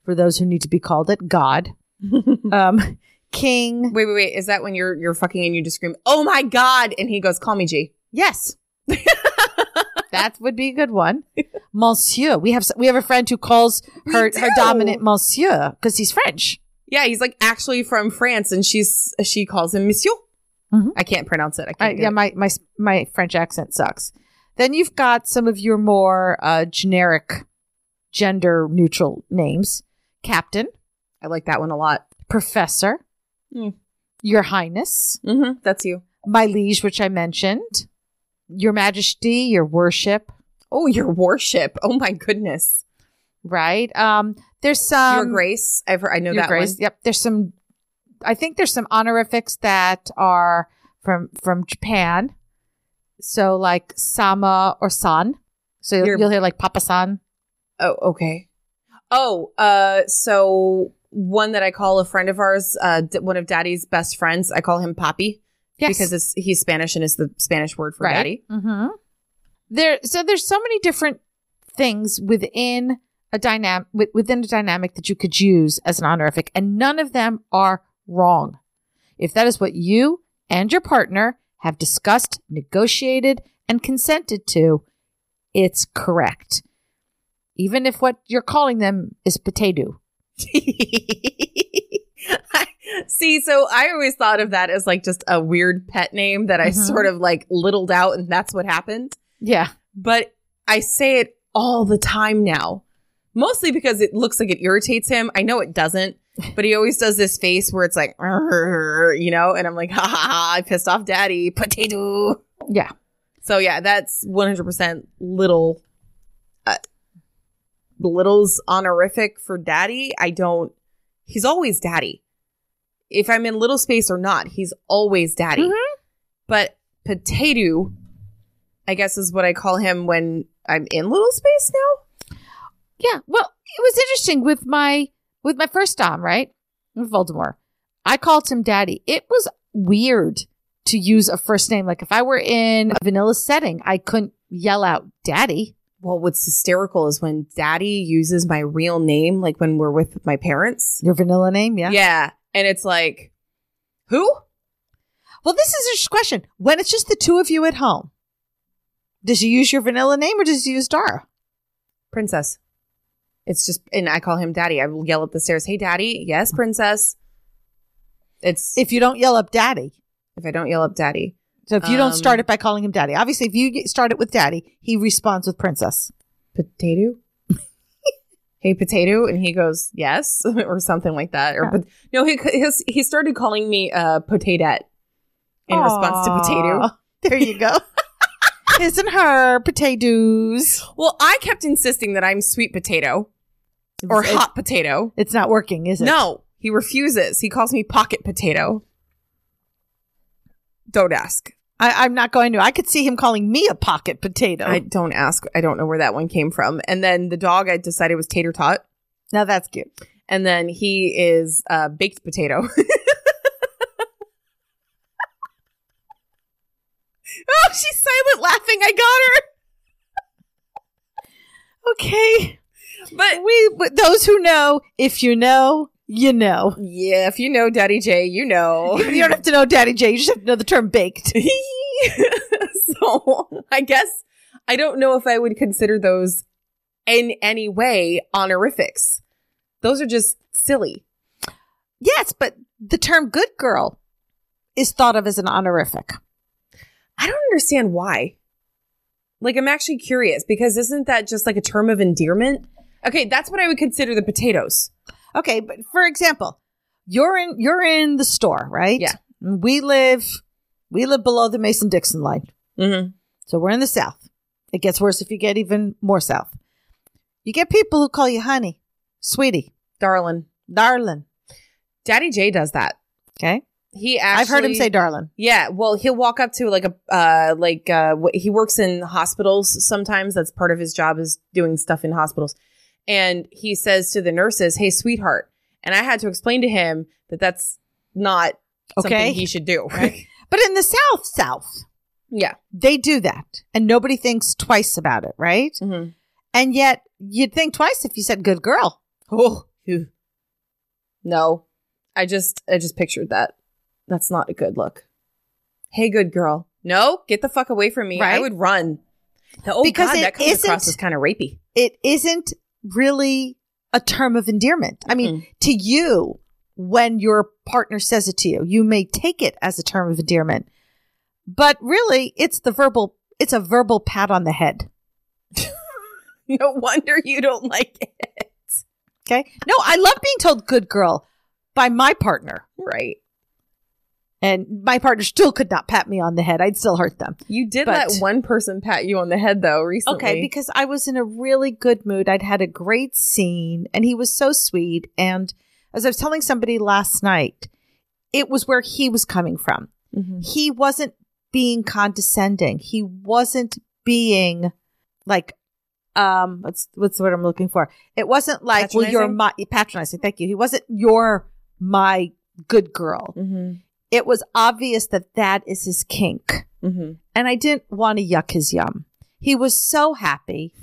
S1: for those who need to be called it, god,
S2: wait,
S1: um, king.
S2: wait, wait. Is that when you're you're fucking and you just scream, "Oh my god!" and he goes, "Call me G."
S1: Yes. that would be a good one. Monsieur. We have s- we have a friend who calls her, her
S2: do.
S1: dominant Monsieur because he's French.
S2: Yeah, he's like actually from France, and she's she calls him Monsieur.
S1: Mhm.
S2: I can't pronounce it. I
S1: I,
S2: can't. do
S1: yeah,
S2: it.
S1: my, my s- my French accent sucks. Then you've got some of your more uh, generic, gender neutral names: Captain,
S2: I like that one a lot.
S1: Professor,
S2: Mm.
S1: Your Highness,
S2: Mm-hmm. That's you.
S1: My Liege, which I mentioned, Your Majesty, Your Worship.
S2: Oh, your worship. Oh my goodness.
S1: Right? Um, there's some
S2: your grace. I've heard, I know
S1: Your
S2: that
S1: Grace. Yep. There's some. I think there's some honorifics that are
S4: from from Japan. So like Sama or San. So you'll,
S2: Your-
S4: you'll hear like Papa San.
S2: Oh, okay. Oh, uh, so one that I call a friend of ours, uh, d- one of Daddy's best friends, I call him Poppy
S4: Yes.
S2: because it's, he's Spanish and it's the Spanish word for
S4: Right.
S2: Daddy.
S4: Mm-hmm. There, so there's so many different things within a dynamic within a dynamic that you could use as an honorific, and none of them are wrong. If that is what you and your partner have discussed, negotiated, and consented to, it's correct. Even if what you're calling them is potato.
S2: See, so I always thought of that as like just a weird pet name that I
S4: Mhm.
S2: sort of like littled out, and that's what happened.
S4: Yeah.
S2: But I say it all the time now, mostly because it looks like it irritates him. I know it doesn't, but he always does this face where it's like, "Arr," you know, and I'm like, ha ha ha, I pissed off daddy, potato.
S4: Yeah.
S2: So yeah, that's 100% little. Uh, little's honorific for daddy. I don't, he's always daddy. If I'm in little space or not, he's always daddy.
S4: Mhm.
S2: But potato, I guess is what I call him when I'm in little space now.
S4: Yeah. Well, it was interesting with my with my first Dom, right? With Voldemort. I called him Daddy. It was weird to use a first name. Like if I were in a vanilla setting, I couldn't yell out Daddy.
S2: Well, what's hysterical is when daddy uses my real name, like when we're with my parents.
S4: Your vanilla name, yeah.
S2: And it's like, who?
S4: Well, this is just a question. When it's just the two of you at home, does you use your vanilla name or does you use Dara?
S2: Princess. It's just, and I call him daddy. I will yell up the stairs, hey, daddy. Yes, princess. It's, if,
S1: if you don't yell up daddy.
S2: if I don't yell up daddy.
S1: So if you don't start
S2: Um,
S1: it by calling him daddy, obviously if you get- start it with daddy, he responds with princess.
S2: potato hey potato and he goes yes or something like that or but no he his, he started calling me uh potatette in response to potato
S1: Aw, There you go. Isn't her potatoes?
S2: well i kept insisting that i'm sweet potato or
S1: It's-
S2: hot potato
S1: It's not working, is it?
S2: no he refuses he calls me pocket potato don't ask
S1: I, I'm not going to. I could see him calling me a pocket potato.
S2: i don't ask i don't know where that one came from and then the dog i decided was tater tot
S1: now that's cute.
S2: and then he is uh, baked potato. oh, she's silent laughing. I
S1: Okay.
S2: got her. But
S1: We but those who know, if you know, you know.
S2: yeah, if you know Daddy J, you know.
S1: You don't have to know Daddy J. You just have to know the term baked.
S2: so I guess I don't know if I would consider those in any way honorifics. Those are just silly.
S1: Yes, but the term good girl is thought of as an honorific.
S2: I don't understand why. Like, I'm actually curious because isn't that just like a term of endearment? Okay, that's what I would consider the potatoes.
S1: Okay, but for example, you're in you're in the store, right?
S2: Yeah.
S1: We live we live below the Mason Dixon line.
S2: Mm-hmm.
S1: So we're in the south. It gets worse if you get even more south. You get people who call you honey, sweetie,
S2: Darlin.
S1: darling.
S2: Daddy J does that.
S1: Okay.
S2: He actually.
S1: I've heard him say darling.
S2: Yeah, well, he'll walk up to like a, uh, like, uh, wh- he works in hospitals sometimes. That's part of his job is doing stuff in hospitals. And he says to the nurses, Hey, sweetheart. And I had to explain to him that that's not
S1: Okay.
S2: something he should do.
S1: But in the south south,
S2: yeah.
S1: they do that and nobody thinks twice about it, right?
S2: Mhm.
S1: And yet you'd think twice if you said good girl.
S2: Oh, phew. no. I just I just pictured that. That's not a good look. Hey, good girl. No, get the fuck away from me. I
S1: Right?
S2: would run. The- oh
S1: Because
S2: god,
S1: it
S2: that comes across
S1: isn't-
S2: as kind of rapey.
S1: It isn't really a term of endearment. I mean, to you when your partner says it to you. You may take it as a term of endearment, but really it's the verbal, it's a verbal pat on the head.
S2: no wonder you don't like it.
S1: Okay. No, I love being told good girl by my partner.
S2: Right.
S1: And my partner still could not pat me on the head. I'd still hurt them.
S2: You did
S1: But-
S2: let one person pat you on the head though recently.
S1: Okay. Because I was in a really good mood. I'd had a great scene and he was so sweet. And as I was telling somebody last night, it was where he was coming from.
S2: Mhm.
S1: He wasn't being condescending. He wasn't being like um what's what's the word I'm looking for? It wasn't like well you're
S2: Patronizing?
S1: my patronizing. Thank you. He wasn't you're my good girl.
S2: Mhm.
S1: It was obvious that that is his kink.
S2: Mhm.
S1: And I didn't want to yuck his yum. He was so happy.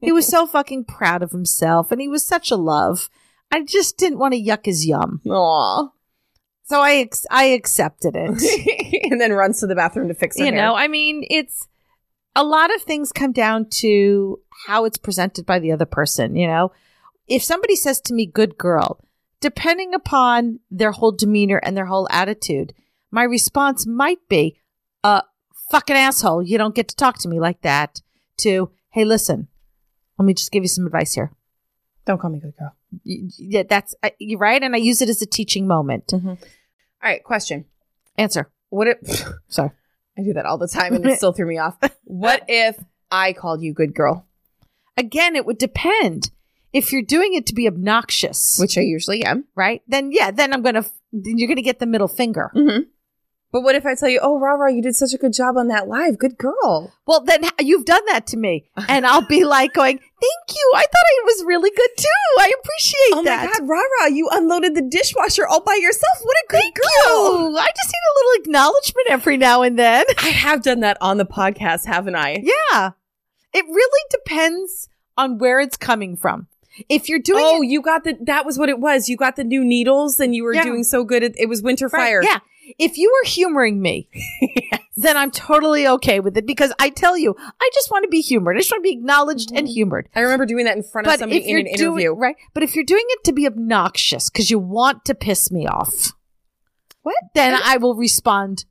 S1: he was so fucking proud of himself and he was such a love. I just didn't want to yuck his yum.
S2: Aw.
S1: So I ex- I accepted it.
S2: and then runs to the bathroom to fix her
S1: you
S2: hair.
S1: know, I mean, it's a lot of things come down to how it's presented by the other person, you know. If somebody says to me good girl, depending upon their whole demeanor and their whole attitude, my response might be uh fucking asshole, you don't get to talk to me like that. To, hey, listen. Let me just give you some advice here.
S2: Don't call me good girl.
S1: Y- y- Yeah, that's I- you're right, and I use it as a teaching moment.
S2: All right, question.
S1: Answer.
S2: What if
S1: Sorry.
S2: I do that all the time and it still threw me off? What if I called you good girl,
S1: again, it would depend. If you're doing it to be obnoxious,
S2: which I usually am?
S1: right? Then yeah, then I'm gonna f- then you're gonna get the middle finger.
S2: But what if I tell you, "Oh, Rara, you did such a good job on that live. Good girl."
S1: Well, then h- you've done that to me, and I'll be like going, "Thank you. I thought it was really good too. I appreciate
S2: Oh
S1: that.
S2: my god, Rara, you unloaded the dishwasher all by yourself. What a good
S1: Thank
S2: girl.
S1: you. I just need a little acknowledgement every now and then.
S2: I have done that on the podcast, haven't I?
S1: yeah, it really depends on where it's coming from. If you're doing
S2: Oh,
S1: it,
S2: you got the that was what it was. You got the new needles and you were
S1: Yeah.
S2: doing so good. It, it was winter
S1: Right,
S2: fire.
S1: Yeah. If you are humoring me, then I'm totally okay with it because I tell you, I just want to be humored. I just want to be acknowledged and humored.
S2: Mm-hmm. I remember doing that in front of
S1: But if
S2: somebody in
S1: you're
S2: an interview.
S1: doing right, but if you're doing it to be obnoxious because you want to piss me off, what? Then
S2: Mm-hmm.
S1: I will respond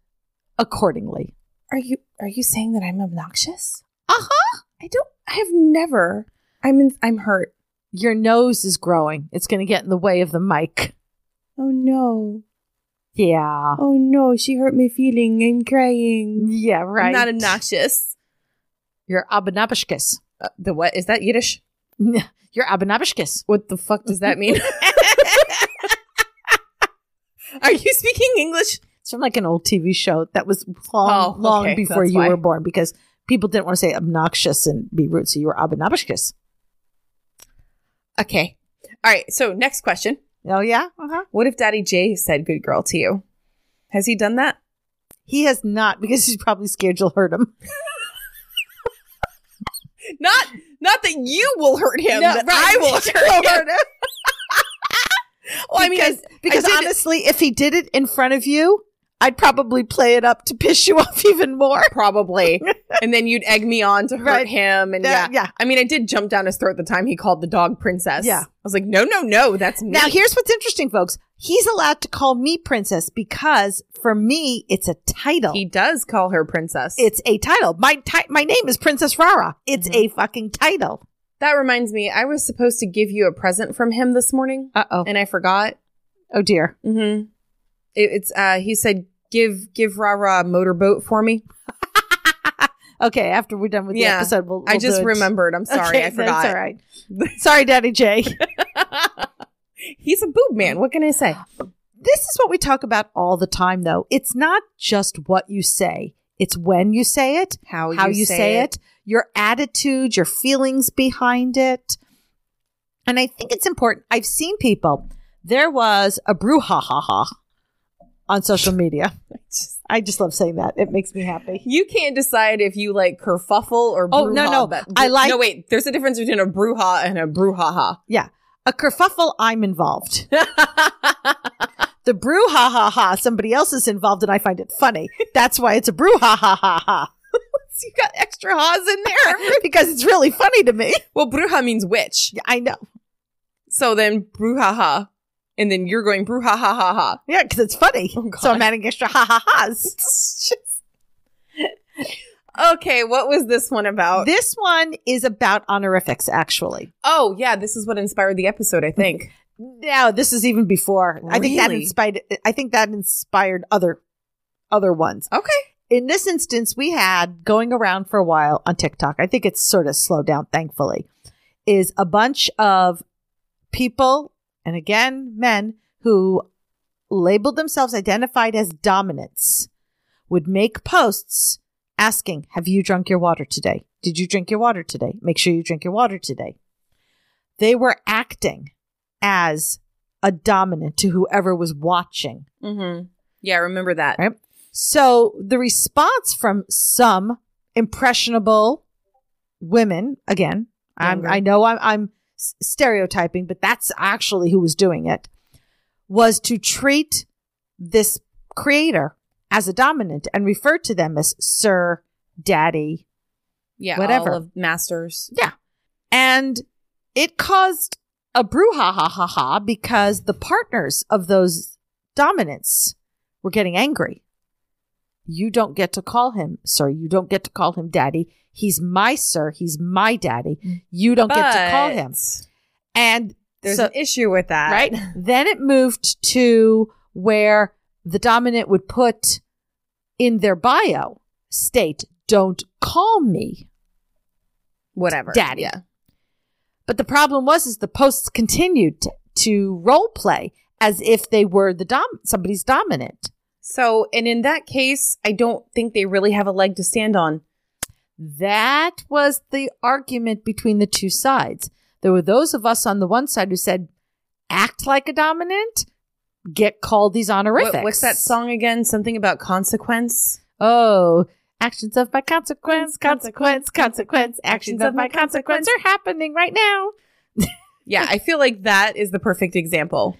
S1: accordingly.
S2: Are you are you saying that I'm obnoxious?
S1: Uh huh.
S2: I don't. I have never. I'm in, I'm hurt.
S1: Your nose is growing. It's going to get in the way of the mic.
S2: Oh no.
S1: Yeah.
S2: Oh no. She hurt my feeling. I'm crying.
S1: Yeah. Right.
S2: I'm not obnoxious.
S1: You're abanabishkis.
S2: Uh, the what is that Yiddish?
S1: You're abanabishkis.
S2: What the fuck does that mean? Are you speaking English?
S1: It's from like an old TV show that was long,
S2: Oh,
S1: long
S2: okay,
S1: before
S2: that's
S1: you
S2: why.
S1: were born because people didn't want to say obnoxious and be rude, so you were obnoxious.
S2: Okay. All right. So next question.
S1: Oh yeah, uh-huh.
S2: What if Daddy J said "good girl" to you? Has he done that?
S1: he has not because he's probably scared you'll hurt him.
S2: Not not that you will hurt him.
S1: No,
S2: that
S1: right.
S2: I will hurt him. well, I mean, I-
S1: because because
S2: did-
S1: honestly, if he did it in front of you, I'd probably play it up to piss you off even more.
S2: probably. and then you'd egg me on to hurt
S1: Right.
S2: him. And yeah.
S1: That- yeah.
S2: I mean, I did jump down his throat the time he called the dog princess.
S1: Yeah.
S2: I was like, no, no, no, that's me.
S1: Now here's what's interesting, folks. He's allowed to call me princess because for me, it's a title.
S2: he does call her princess.
S1: it's a title. My ti- my name is Princess Rara. It's
S2: Mm-hmm.
S1: a fucking title.
S2: that reminds me, I was supposed to give you a present from him this morning
S1: Uh oh.
S2: and I forgot.
S1: Oh dear.
S2: Mm-hmm. It, it's, uh, he said, give, give Ra Ra a motorboat for me.
S1: Okay, after we're done with
S2: Yeah.
S1: the episode, we'll.
S2: I
S1: we'll
S2: just
S1: do it.
S2: remembered. I'm sorry.
S1: Okay,
S2: I forgot.
S1: That's all right. Sorry, Daddy J.
S2: He's a boob man. What can I say?
S1: this is what we talk about all the time, though. It's not just what you say; it's when you say it,
S2: How
S1: how you, say, it. your attitude, your feelings behind it. And I think it's important. I've seen people. There was a brouhaha on social media. I just love saying that; it makes me happy.
S2: You can't decide if you like kerfuffle or
S1: Oh, no,
S2: brouhaha,
S1: no.
S2: but-
S1: I like-
S2: no wait. There's a difference between a brouhaha and a brouhaha.
S1: Yeah. A kerfuffle, I'm involved. the brouhaha, somebody else is involved and I find it funny. That's why it's a brouhaha.
S2: You got extra ha's in there.
S1: because it's really funny to me.
S2: well, brouhaha means witch.
S1: Yeah, I know.
S2: So then brouhaha, and then you're going brouhaha ha ha.
S1: Yeah, because it's funny. so I'm adding extra ha ha ha's.
S2: Okay, what was this one about?
S1: This one is about honorifics, actually.
S2: oh yeah, this is what inspired the episode. I think.
S1: No, this is even before. I think that
S2: Really?
S1: inspired. I think that inspired other, other ones.
S2: okay.
S1: in this instance, we had going around for a while on TikTok. I think it's sort of slowed down, thankfully, is a bunch of people, and again, men who labeled themselves identified as dominants. would make posts asking, Have you drunk your water today? Did you drink your water today? Make sure you drink your water today. They were acting as a dominant to whoever was watching.
S2: Mm-hmm. Yeah, I remember that.
S1: Right. So the response from some impressionable women, again, I'm, I know I'm, I'm s- stereotyping, but that's actually who was doing it, was to treat this creator as a dominant and refer to them as sir, daddy,
S2: Yeah,
S1: Whatever.
S2: all of masters.
S1: and it caused a brouhaha because the partners of those dominants were getting angry. You don't get to call him sir. You don't get to call him daddy. He's my sir. He's my daddy. You don't get to call him.
S2: Mm. But
S1: And
S2: There's
S1: so-
S2: an issue with that,
S1: right? then it moved to where the dominant would put in their bio state, don't call me
S2: Whatever.
S1: daddy.
S2: Yeah.
S1: But the problem was, is the posts continued to, to role play as if they were the dom somebody's dominant.
S2: So, and in that case, I don't think they really have a leg to stand on.
S1: That was the argument between the two sides. There were those of us on the one side who said, "Act like a dominant, get called these honorifics."
S2: What- what's that song again? Something about consequence.
S1: Oh, actions of my consequence, consequence, consequence. Actions of my consequence are happening right now.
S2: Yeah, I feel like that is the perfect example.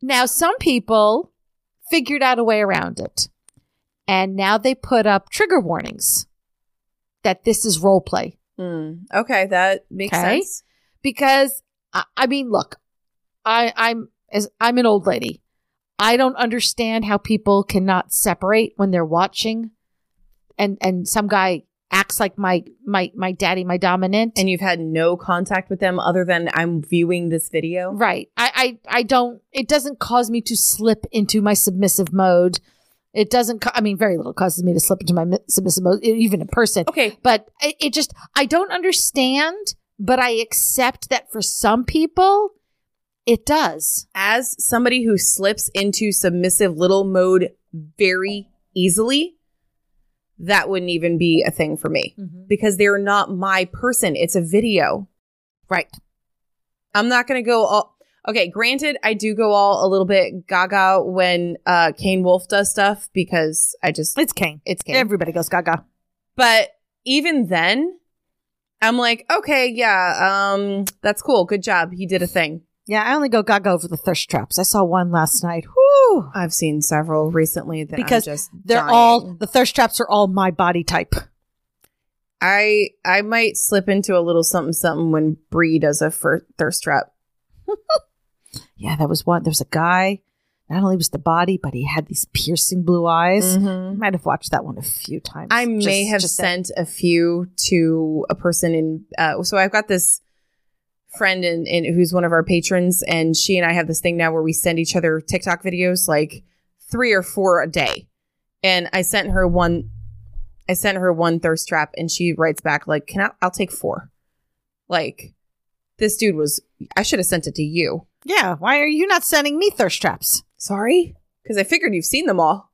S1: Now, some people figured out a way around it. And now they put up trigger warnings that this is role play.
S2: Hmm. Okay, that makes
S1: Okay.
S2: sense.
S1: Because, I, I mean, look, I, I'm, as, I'm an old lady. I don't understand how people cannot separate when they're watching and, and some guy acts like my, my, my daddy, my dominant.
S2: And you've had no contact with them other than I'm viewing this video.
S1: Right. I, I, I don't, it doesn't cause me to slip into my submissive mode. It doesn't, ca- I mean, very little causes me to slip into my mi- submissive mode, e- even in person.
S2: Okay,
S1: But it, it just, I don't understand, but I accept that for some people, it does.
S2: as somebody who slips into submissive little mode very easily, that wouldn't even be a thing for me
S1: Mm-hmm.
S2: because they're not my person. It's a video.
S1: Right.
S2: I'm not going to go all. Okay, granted, I do go all a little bit gaga when uh, Kane Wolf does stuff because I just,
S1: It's Kane.
S2: it's Kane.
S1: Everybody goes gaga.
S2: But even then, I'm like, okay, yeah, um, that's cool. Good job. He did a thing.
S1: Yeah. I only go gaga over the thirst traps. I saw one last night. Whew.
S2: I've seen several recently that
S1: Because
S2: I'm just
S1: They're
S2: dying.
S1: all, the thirst traps are all my body type.
S2: I I might slip into a little something something when Bree does a fir- thirst trap.
S1: Yeah. That was one. There was a guy. Not only was the body, but he had these piercing blue eyes. I might have watched that one a few times.
S2: Mm-hmm. I may
S1: Just-
S2: have
S1: just that-
S2: sent a few to a person in. Uh, so I've got this friend in, in who's one of our patrons, and she and I have this thing now where we send each other TikTok videos, like three or four a day. And I sent her one. I sent her one thirst trap, and she writes back like, "Can I? I'll take four. Like, this dude was. I should have sent it to you.
S1: Yeah. Why are you not sending me thirst traps?
S2: Sorry, because I figured you've seen them all.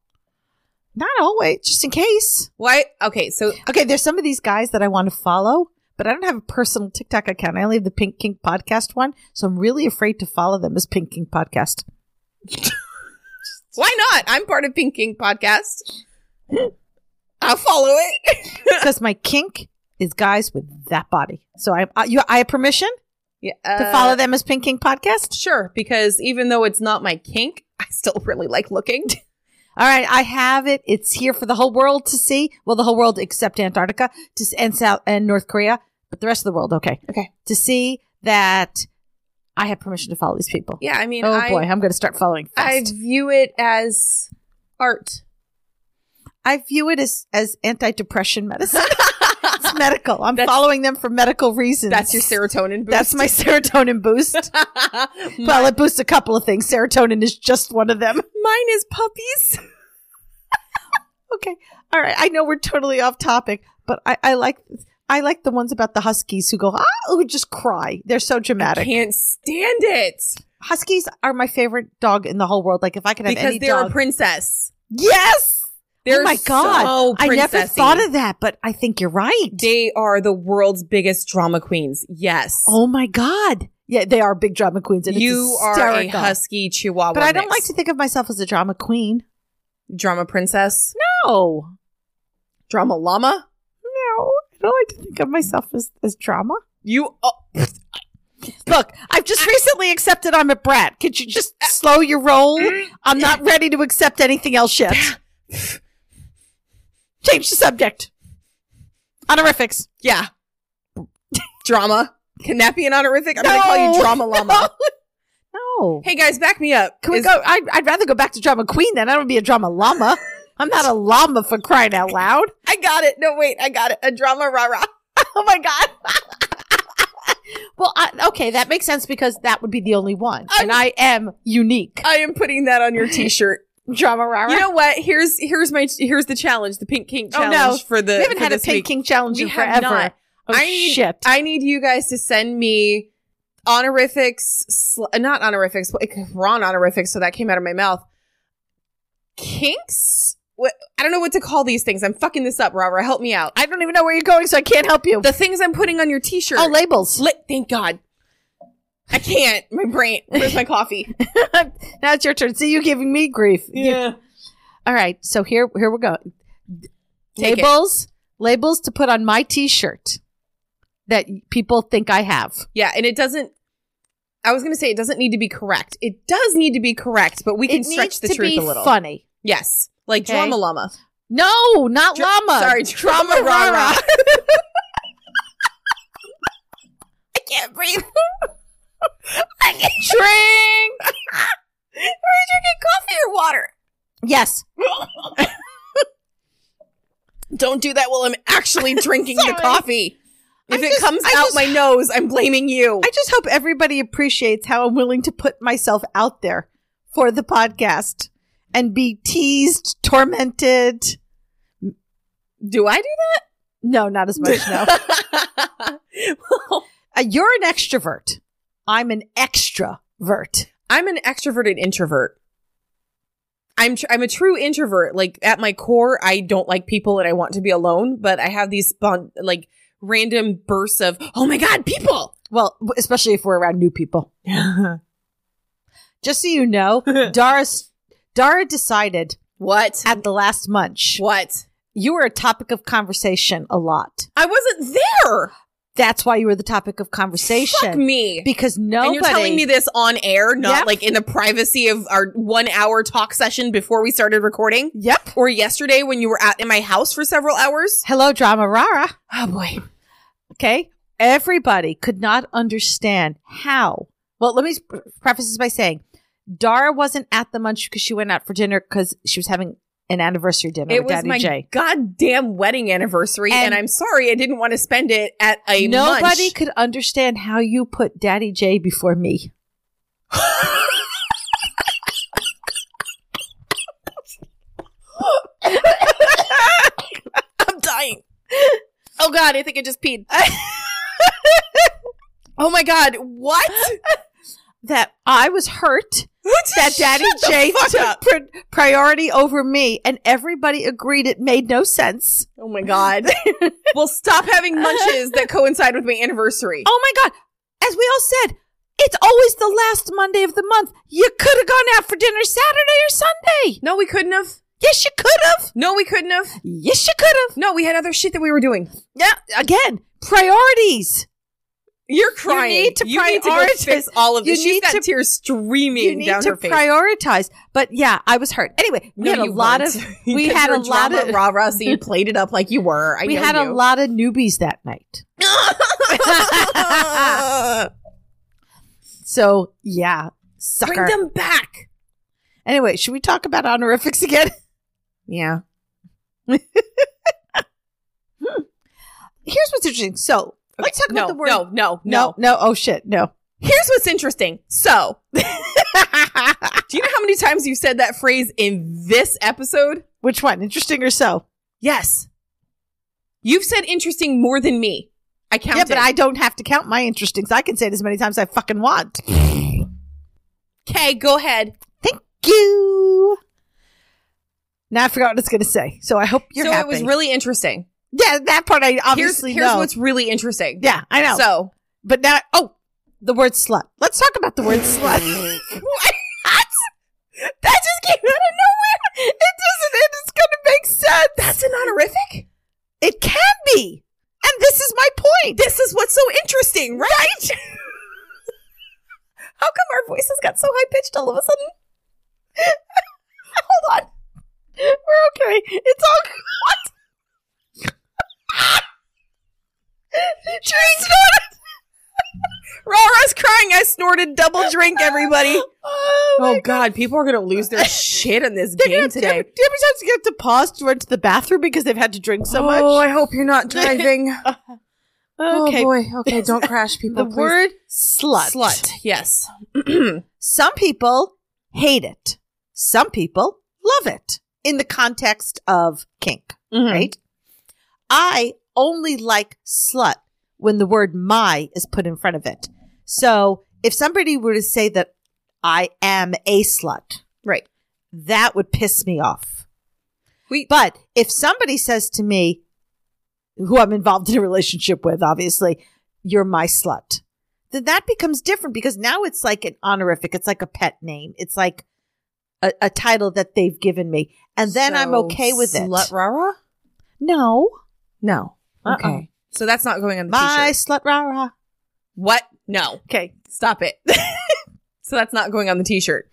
S1: Not always, just in case.
S2: Why? Okay, so
S1: Okay, there's some of these guys that I want to follow, but I don't have a personal TikTok account. I only have the Pink Kink Podcast one, so I'm really afraid to follow them as Pink Kink Podcast.
S2: why not? I'm part of Pink Ink Podcast. I'll follow it.
S1: Because my kink is guys with that body. So I, I you, I have permission
S2: Yeah, uh,
S1: to follow them as Pink Kink Podcast.
S2: Sure, because even though it's not my kink, I still really like looking.
S1: All right, I have it. It's here for the whole world to see. Well, the whole world except Antarctica to, s- and South and North Korea, but the rest of the world, okay.
S2: Okay.
S1: To see that I have permission to follow these people.
S2: Yeah, I mean,
S1: oh
S2: I,
S1: boy, I'm going to start following
S2: I
S1: fast.
S2: view it as art.
S1: I, view it as as anti-depression medicine. it's medical. I'm following them for medical reasons.
S2: That's your serotonin boost.
S1: That's my serotonin boost.
S2: My-
S1: well, it boosts a couple of things. Serotonin is just one of them.
S2: mine is puppies.
S1: Okay. All right. I know we're totally off topic, but I, I like I like the ones about the huskies who go ah who just cry. They're so
S2: I
S1: dramatic.
S2: can't stand it
S1: Huskies are my favorite dog in the whole world. Like if I could have
S2: because
S1: any
S2: they're
S1: dog,
S2: a princess.
S1: yes.
S2: They're
S1: oh my god!
S2: so
S1: I never
S2: princessy.
S1: thought of that, but I think you're right.
S2: They are the world's biggest drama queens. Yes.
S1: oh my god! Yeah, they are big drama queens, and
S2: you
S1: it's
S2: are a
S1: hysterical.
S2: husky chihuahua.
S1: But I don't
S2: mix.
S1: like to think of myself as a drama queen.
S2: drama princess.
S1: No,
S2: Drama llama.
S1: no, I don't like to think of myself as, as drama.
S2: You oh,
S1: Look, I've just recently accepted I'm a brat. Could you just slow your roll? I'm not ready to accept anything else yet. Change the subject. Honorifics.
S2: yeah. drama. Can that be an honorific? I'm gonna
S1: No.
S2: call you drama llama.
S1: No.
S2: Hey guys, back me up.
S1: Can we
S2: Is-
S1: go? I'd, I'd rather go back to drama queen than I don't wanna be a drama llama. I'm not a llama for crying out loud.
S2: I got it. No, wait, I got it. A drama rah rah.
S1: Oh my god. well, I, okay, that makes sense because that would be the only one, and I am unique.
S2: I am putting that on your t-shirt.
S1: Drama rara.
S2: You know what? Here's here's my here's the challenge, the pink kink
S1: Oh, no.
S2: challenge for the
S1: we haven't
S2: for
S1: had a
S2: this
S1: pink
S2: week.
S1: king challenge
S2: We
S1: in
S2: have
S1: forever.
S2: not.
S1: Oh
S2: I need-
S1: shit.
S2: I need you guys to send me honorifics, sl- uh, not honorifics, like Ron honorifics. So that came out of my mouth. Kinks? What, I don't know what to call these things. I'm fucking this up, Robert. Help me out.
S1: I don't even know where you're going, so I can't help you.
S2: The things I'm putting on your t-shirt.
S1: Oh, labels.
S2: Li- thank God. I can't. My brain. Where's my coffee?
S1: now it's your turn. See you giving me grief. You- All right. So here, here we go.
S2: Take it.
S1: labels, labels to put on my T-shirt that people think I have.
S2: Yeah, and it doesn't. I was going to say it doesn't need to be correct. It does need to be correct, but we can
S1: it
S2: stretch
S1: needs
S2: the
S1: to
S2: truth
S1: be
S2: a little.
S1: funny.
S2: Yes, like
S1: Okay.
S2: drama llama.
S1: No, not
S2: Dra-
S1: llama.
S2: Sorry, drama rah rah.
S1: I can't breathe. I can't drink.
S2: coffee or water.
S1: Yes.
S2: Don't do that while I'm actually drinking the
S1: Sorry.
S2: coffee. If
S1: I
S2: it
S1: just-
S2: comes
S1: I
S2: out
S1: just-
S2: my nose, I'm blaming you.
S1: I just hope everybody appreciates how I'm willing to put myself out there for the podcast and be teased, tormented.
S2: do I do
S1: No, not as much. No.
S2: that? well,
S1: Uh, you're an extrovert. I'm an extrovert.
S2: I'm an extroverted introvert. I'm tr- I'm a true introvert. Like at my core, I don't like people and I want to be alone. But I have these spon- like random bursts of oh my god, people.
S1: Well, especially if we're around new people. Just so you know, Dara's, Dara decided
S2: what?
S1: at the last munch,
S2: What?
S1: you were a topic of conversation a lot.
S2: I wasn't there.
S1: That's why you were the topic of conversation.
S2: Fuck me.
S1: Because nobody.
S2: And you're telling me this on air, not
S1: Yep.
S2: like in the privacy of our one hour talk session before we started recording,
S1: Yep.
S2: or yesterday when you were out in my house for several hours.
S1: Hello, Drama Rara.
S2: Oh boy.
S1: Okay. Everybody could not understand how. Well, let me s- preface this by saying Dara wasn't at the munch because she went out for dinner because she was having an anniversary dinner
S2: It
S1: with
S2: was
S1: Daddy
S2: my
S1: J.
S2: goddamn wedding anniversary, and,
S1: And-
S2: I'm sorry I didn't want to spend it at a
S1: Nobody
S2: munch.
S1: could understand how you put Daddy J before me.
S2: I'm dying. Oh god, I think I just peed. oh my god, what?
S1: That I was hurt that Daddy
S2: Shut the
S1: J
S2: fuck
S1: took
S2: up.
S1: pri- priority over me, and everybody agreed it made no sense.
S2: Oh my god. well, stop having munches that coincide with my anniversary.
S1: Oh my God. As we all said, it's always the last Monday of the month. You could have gone out for dinner Saturday or Sunday.
S2: No, we couldn't have.
S1: Yes, you could have.
S2: No, we couldn't have.
S1: Yes, you could have.
S2: No, we had other shit that we were doing.
S1: Yeah, again, priorities.
S2: You're crying.
S1: need to
S2: go
S1: prioritize-
S2: fix all of
S1: you
S2: this. She's
S1: need
S2: got
S1: to-
S2: tears streaming
S1: You need
S2: down
S1: to
S2: her face.
S1: prioritize. But yeah, I was hurt. Anyway, we
S2: No,
S1: had a
S2: you
S1: lot
S2: weren't.
S1: of we
S2: Because
S1: had
S2: you're
S1: a lot
S2: drama
S1: of-
S2: rah rah. So you played it up like you were. I
S1: we
S2: know
S1: had a
S2: you.
S1: lot of newbies that night. So yeah,
S2: Bring
S1: sucker.
S2: them back.
S1: anyway, should we talk about honorifics again?
S2: Yeah.
S1: Here's what's interesting. So let's talk
S2: No,
S1: about the word.
S2: no, no,
S1: no,
S2: no.
S1: no. Oh shit, no.
S2: Here's what's interesting. So, do you know how many times you've said that phrase in this episode?
S1: Which one? Interesting or so?
S2: Yes. You've said interesting more than me. I counted.
S1: Yeah, but I don't have to count my interestings. I can say it as many times as I fucking want.
S2: Okay, go ahead.
S1: Thank you. Now I forgot what it's going to say. So I hope you're
S2: so
S1: happy.
S2: it was really interesting.
S1: yeah, that part I
S2: Here's,
S1: obviously
S2: here's
S1: know.
S2: what's really interesting.
S1: yeah, I know.
S2: So
S1: but now, oh, the word slut. Let's talk about the word slut. what? That just came out of nowhere. It doesn't. It is going to make sense. That's an honorific. It can be, and this is my point.
S2: this is what's so interesting, right?
S1: How come our voices got so high pitched all of a sudden? Hold on. We're okay. It's all good. She snorted.
S2: Rara's crying. I snorted double drink, everybody.
S1: Oh, my
S2: oh God, people are gonna lose their shit in this
S1: They're gonna
S2: game
S1: have to- Do you
S2: today.
S1: ever sometimes you have to pause to run to the bathroom because they've had to drink so
S2: Oh,
S1: much?
S2: I hope you're not driving.
S1: Okay.
S2: Oh boy. Okay, don't crash, people.
S1: the
S2: please.
S1: word slut.
S2: slut. Yes.
S1: Some people hate it. Some people love it in the context of kink. right? I only like slut when the word my is put in front of it. So if somebody were to say that I am a slut,
S2: Right.
S1: that would piss me off.
S2: We-
S1: but if somebody says to me, who I'm involved in a relationship with, obviously, you're my slut, then that becomes different because now it's like an honorific, it's like a pet name, it's like a, a title that they've given me. And then I'm
S2: So,
S1: okay with it.
S2: Slut Rara?
S1: No.
S2: No.
S1: Uh-uh.
S2: Okay. So that's not going on the
S1: My
S2: t-shirt.
S1: slut rah rah.
S2: What? No.
S1: Okay.
S2: Stop it. so that's not going on the t-shirt.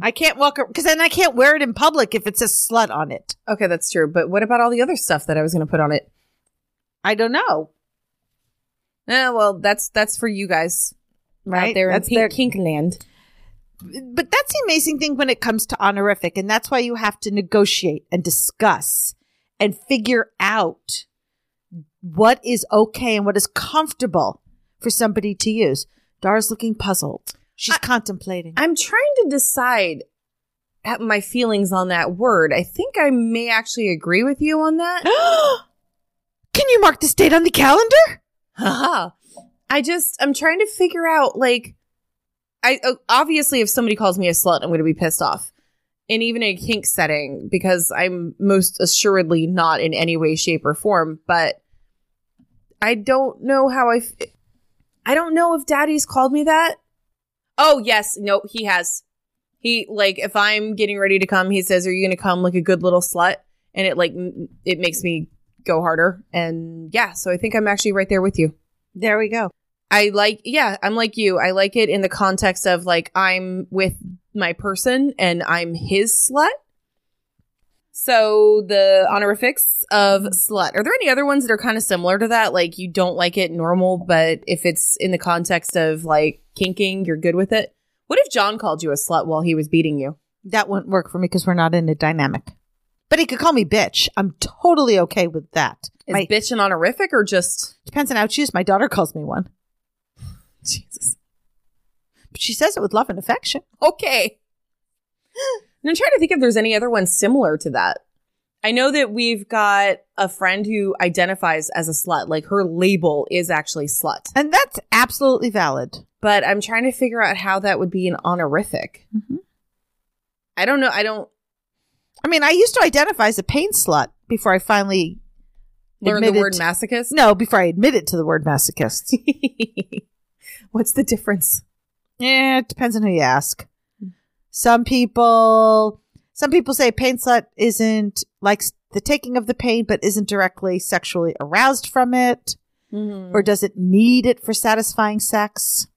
S1: I can't walk because then I can't wear it in public if it says slut on it.
S2: Okay, that's true. But what about all the other stuff that I was going to put on it?
S1: I don't know.
S2: Eh, well, that's that's for you guys
S1: Right?
S2: out there
S1: That's
S2: in pink,
S1: their-
S2: kink land.
S1: but that's the amazing thing when it comes to honorific. And that's why you have to negotiate and discuss and figure out what is okay and what is comfortable for somebody to use. Dara's looking puzzled. She's contemplating.
S2: I'm trying to decide at my feelings on that word. I think I may actually agree with you on that.
S1: Can you mark this date on the calendar?
S2: Haha. I just I'm trying to figure out like I o- obviously if somebody calls me a slut, I'm going to be pissed off. And even in a kink setting because I'm most assuredly not in any way shape or form, but I don't know how I f- I don't know if daddy's called me that. Oh, yes, no, he has. He like if I'm getting ready to come, he says, "Are you going to come like a good little slut?" And it like m- it makes me go harder. And yeah, so I think I'm actually right there with you.
S1: There we go.
S2: I like, yeah, I'm like you. I like it in the context of like I'm with my person and I'm his slut. So the honorifics of slut. Are there any other ones that are kind of similar to that? Like you don't like it normal, but if it's in the context of like kinking, you're good with it. What if John called you a slut while he was beating you?
S1: That wouldn't work for me because we're not in a dynamic. But he could call me bitch. I'm totally okay with that.
S2: Is
S1: My-
S2: bitch an honorific or just
S1: Depends on how it's used. My daughter calls me one,
S2: Jesus?
S1: but she says it with love and affection.
S2: okay. And I'm trying to think if there's any other one similar to that. I know that we've got a friend who identifies as a slut, like her label is actually slut.
S1: And that's absolutely valid.
S2: But I'm trying to figure out how that would be an honorific.
S1: Mhm.
S2: I don't know. I don't
S1: I mean, I used to identify as a pain slut before I finally,
S2: learn the
S1: Admitted
S2: word
S1: to-
S2: masochist.
S1: no, before I admitted to the word masochist.
S2: What's the difference?
S1: yeah, Eh, it depends on who you ask. Some people, some people say pain slut isn't likes the taking of the pain, but isn't directly sexually aroused from it.
S2: Mm-hmm.
S1: or does it need it for satisfying sex?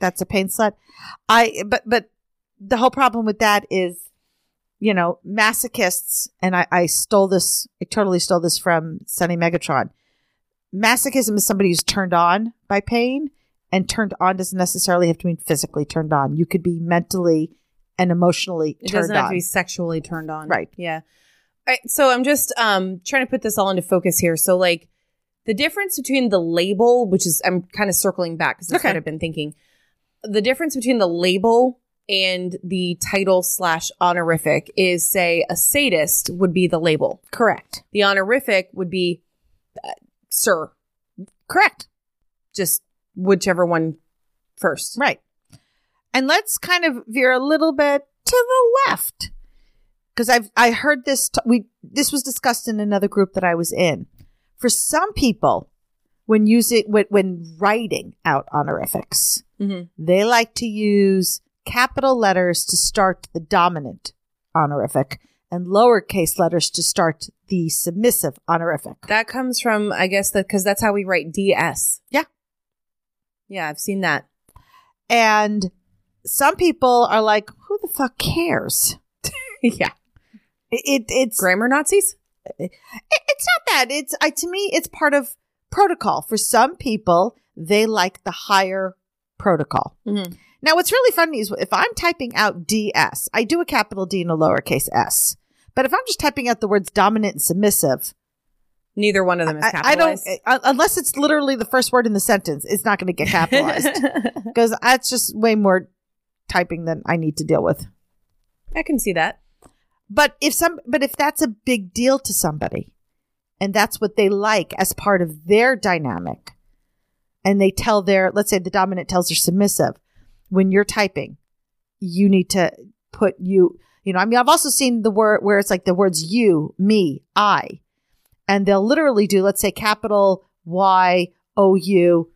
S1: That's a pain slut. I but but the whole problem with that is, you know, masochists, and I, I stole this, I totally stole this from Sonny Megatron. Masochism is somebody who's turned on by pain, and turned on doesn't necessarily have to mean physically turned on. You could be mentally and emotionally
S2: It
S1: turned
S2: doesn't have
S1: on.
S2: to be sexually turned on.
S1: Right.
S2: Yeah. All right, so I'm just um trying to put this all into focus here. So like the difference between the label, which is I'm kind of circling back because that's
S1: Okay.
S2: what I've been thinking. The difference between the label and the title slash honorific is say a sadist would be the label.
S1: Correct.
S2: The honorific would be uh, sir.
S1: Correct.
S2: Just whichever one first.
S1: Right. And let's kind of veer a little bit to the left. because I've I heard this t- we this was discussed in another group that I was in. For some people, when using when, when writing out honorifics,
S2: Mm-hmm.
S5: Mhm.
S1: they like to use capital letters to start the dominant honorific and lowercase letters to start the submissive honorific.
S2: That comes from, I guess, that because that's how we write DS.
S1: Yeah.
S2: Yeah, I've seen that.
S1: And some people are like, who the fuck cares?
S2: yeah.
S1: It, it it's
S2: Grammar Nazis?
S1: It- it's not that it's I, to me it's part of protocol for some people they like the higher protocol
S2: Mhm.
S1: now what's really funny is if i'm typing out ds i do a capital d and a lowercase s but if i'm just typing out the words dominant and submissive
S2: Neither one of them is
S1: I, I don't
S2: capitalized.
S1: uh, unless it's literally the first word in the sentence it's not going to get capitalized because that's just way more typing than i need to deal with
S2: I can see that.
S1: but if some but if that's a big deal to somebody and that's what they like as part of their dynamic and they tell their let's say the dominant tells their submissive when you're typing you need to put you you know i mean i've also seen the word where it's like the words you me i and they'll literally do let's say capital y o u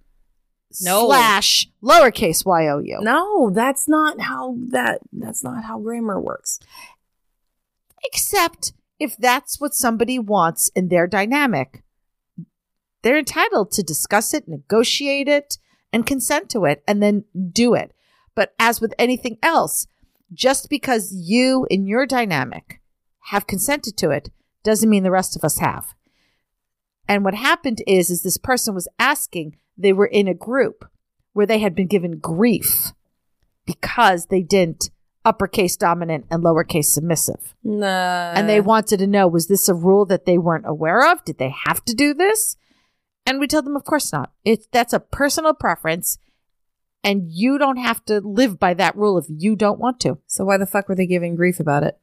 S2: No.
S1: slash lowercase y o u
S2: No, that's not how that that's not how grammar works.
S1: except if that's what somebody wants in their dynamic. They're entitled to discuss it, negotiate it, and consent to it, and then do it. But as with anything else, just because you in your dynamic have consented to it doesn't mean the rest of us have. And what happened is, is this person was asking, they were in a group where they had been given grief because they didn't uppercase dominant and lowercase submissive
S2: No.
S1: and they wanted to know was this a rule that they weren't aware of did they have to do this and we tell them of course not it's that's a personal preference and you don't have to live by that rule if you don't want to
S2: So why the fuck were they giving grief about it?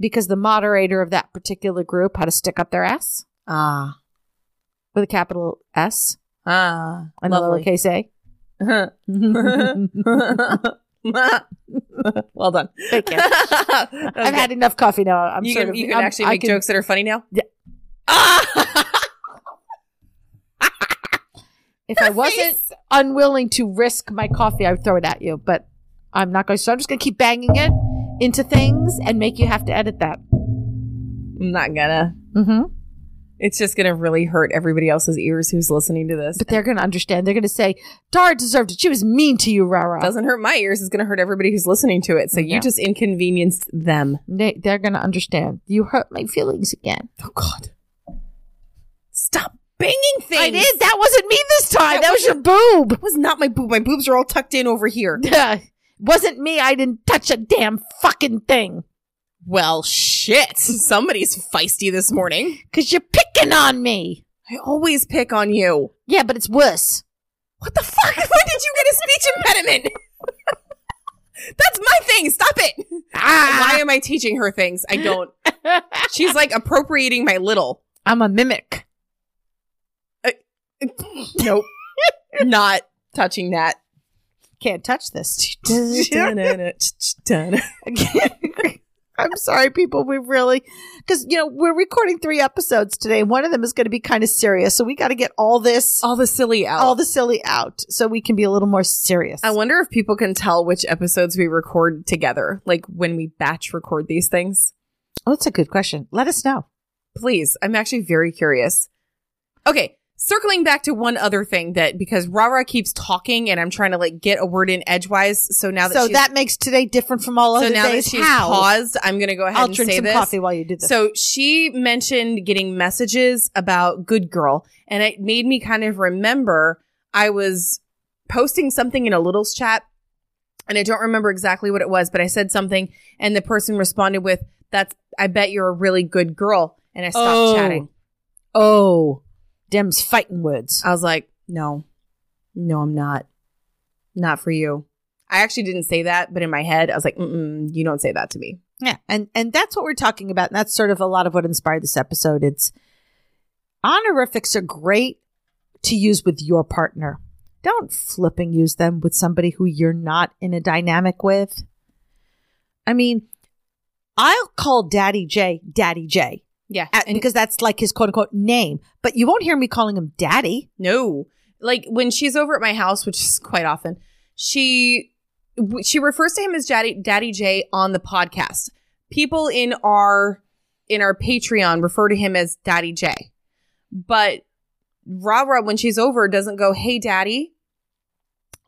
S1: because the moderator of that particular group had to stick up their ass
S2: Ah.
S1: with a capital s
S2: Ah.
S1: and a lowercase a
S2: well done.
S1: Thank you. i've had enough coffee now i'm
S2: you
S1: sort
S2: can,
S1: of-
S2: you can
S1: I'm-
S2: actually
S1: I
S2: make
S1: can-
S2: jokes that are funny now. Ah!
S1: if i wasn't unwilling to risk my coffee i would throw it at you but i'm not going to so i'm just going to keep banging it into things and make you have to edit that
S2: I'm not gonna.
S1: mm-hmm
S2: It's just gonna really hurt everybody else's ears who's listening to this.
S1: But they're going to understand. They're going to say, Dara deserved it. She was mean to you, Rara.
S2: doesn't hurt my ears. It's gonna hurt everybody who's listening to it. So
S1: Yeah.
S2: you just inconvenienced them.
S1: They, they're going to understand. You hurt my feelings again.
S2: Oh God! Stop banging things.
S1: I did. That wasn't me this time.
S2: That
S1: That, was your boob.
S2: That was not my boob. My boobs are all tucked in over here.
S1: Yeah. wasn't me. I didn't touch a damn fucking thing
S2: Well, shit. Somebody's feisty this morning.
S1: because you're picking on me.
S2: I always pick on you.
S1: Yeah, but it's worse.
S2: What the fuck? When did you get a speech impediment? That's my thing. Stop it.
S1: Ah.
S2: Why am I teaching her things? I don't. She's like appropriating my little.
S1: I'm a mimic. Uh,
S2: Nope. Not touching that.
S1: Can't touch this.
S2: That's
S1: I'm sorry, people. We really, because, you know, we're recording three episodes today. One of them is going to be kind of serious. So we got to get all this.
S2: all the silly out.
S1: all the silly out so we can be a little more serious.
S2: I wonder if people can tell which episodes we record together, like when we batch record these things.
S1: oh, that's a good question. Let us know.
S2: Please, I'm actually very curious. Okay, circling back to one other thing that because Rara keeps talking and I'm trying to like get a word in edgewise, so now that
S1: so
S2: she's,
S1: that makes today different from all
S2: so
S1: other
S2: now that
S1: days.
S2: she's
S1: How?
S2: paused, I'm going to go ahead
S1: I'll
S2: and
S1: drink
S2: say
S1: some
S2: this.
S1: coffee while you do this.
S2: So she mentioned getting messages about Good Girl, and it made me kind of remember I was posting something in a Littles chat, and I don't remember exactly what it was, but I said something, and the person responded with, "That's I bet you're a really good girl," and I stopped
S1: Oh.
S2: chatting.
S1: oh, Dem's fighting words.
S2: I was like, "No, no, I'm not, not for you." I actually didn't say that, but in my head, I was like, Mm-mm, "You don't say that to me."
S1: Yeah, and and that's what we're talking about, and that's sort of a lot of what inspired this episode. It's honorifics are great to use with your partner. Don't flipping use them with somebody who you're not in a dynamic with. I mean, I'll call Daddy J Daddy J
S2: Yeah.
S1: at, because that's like his quote unquote name, but you won't hear me calling him Daddy.
S2: No. Like when she's over at my house, which is quite often, she w- she refers to him as Daddy Daddy J on the podcast. People in our in our Patreon refer to him as Daddy J. But Rara, when she's over, doesn't go, "Hey, Daddy."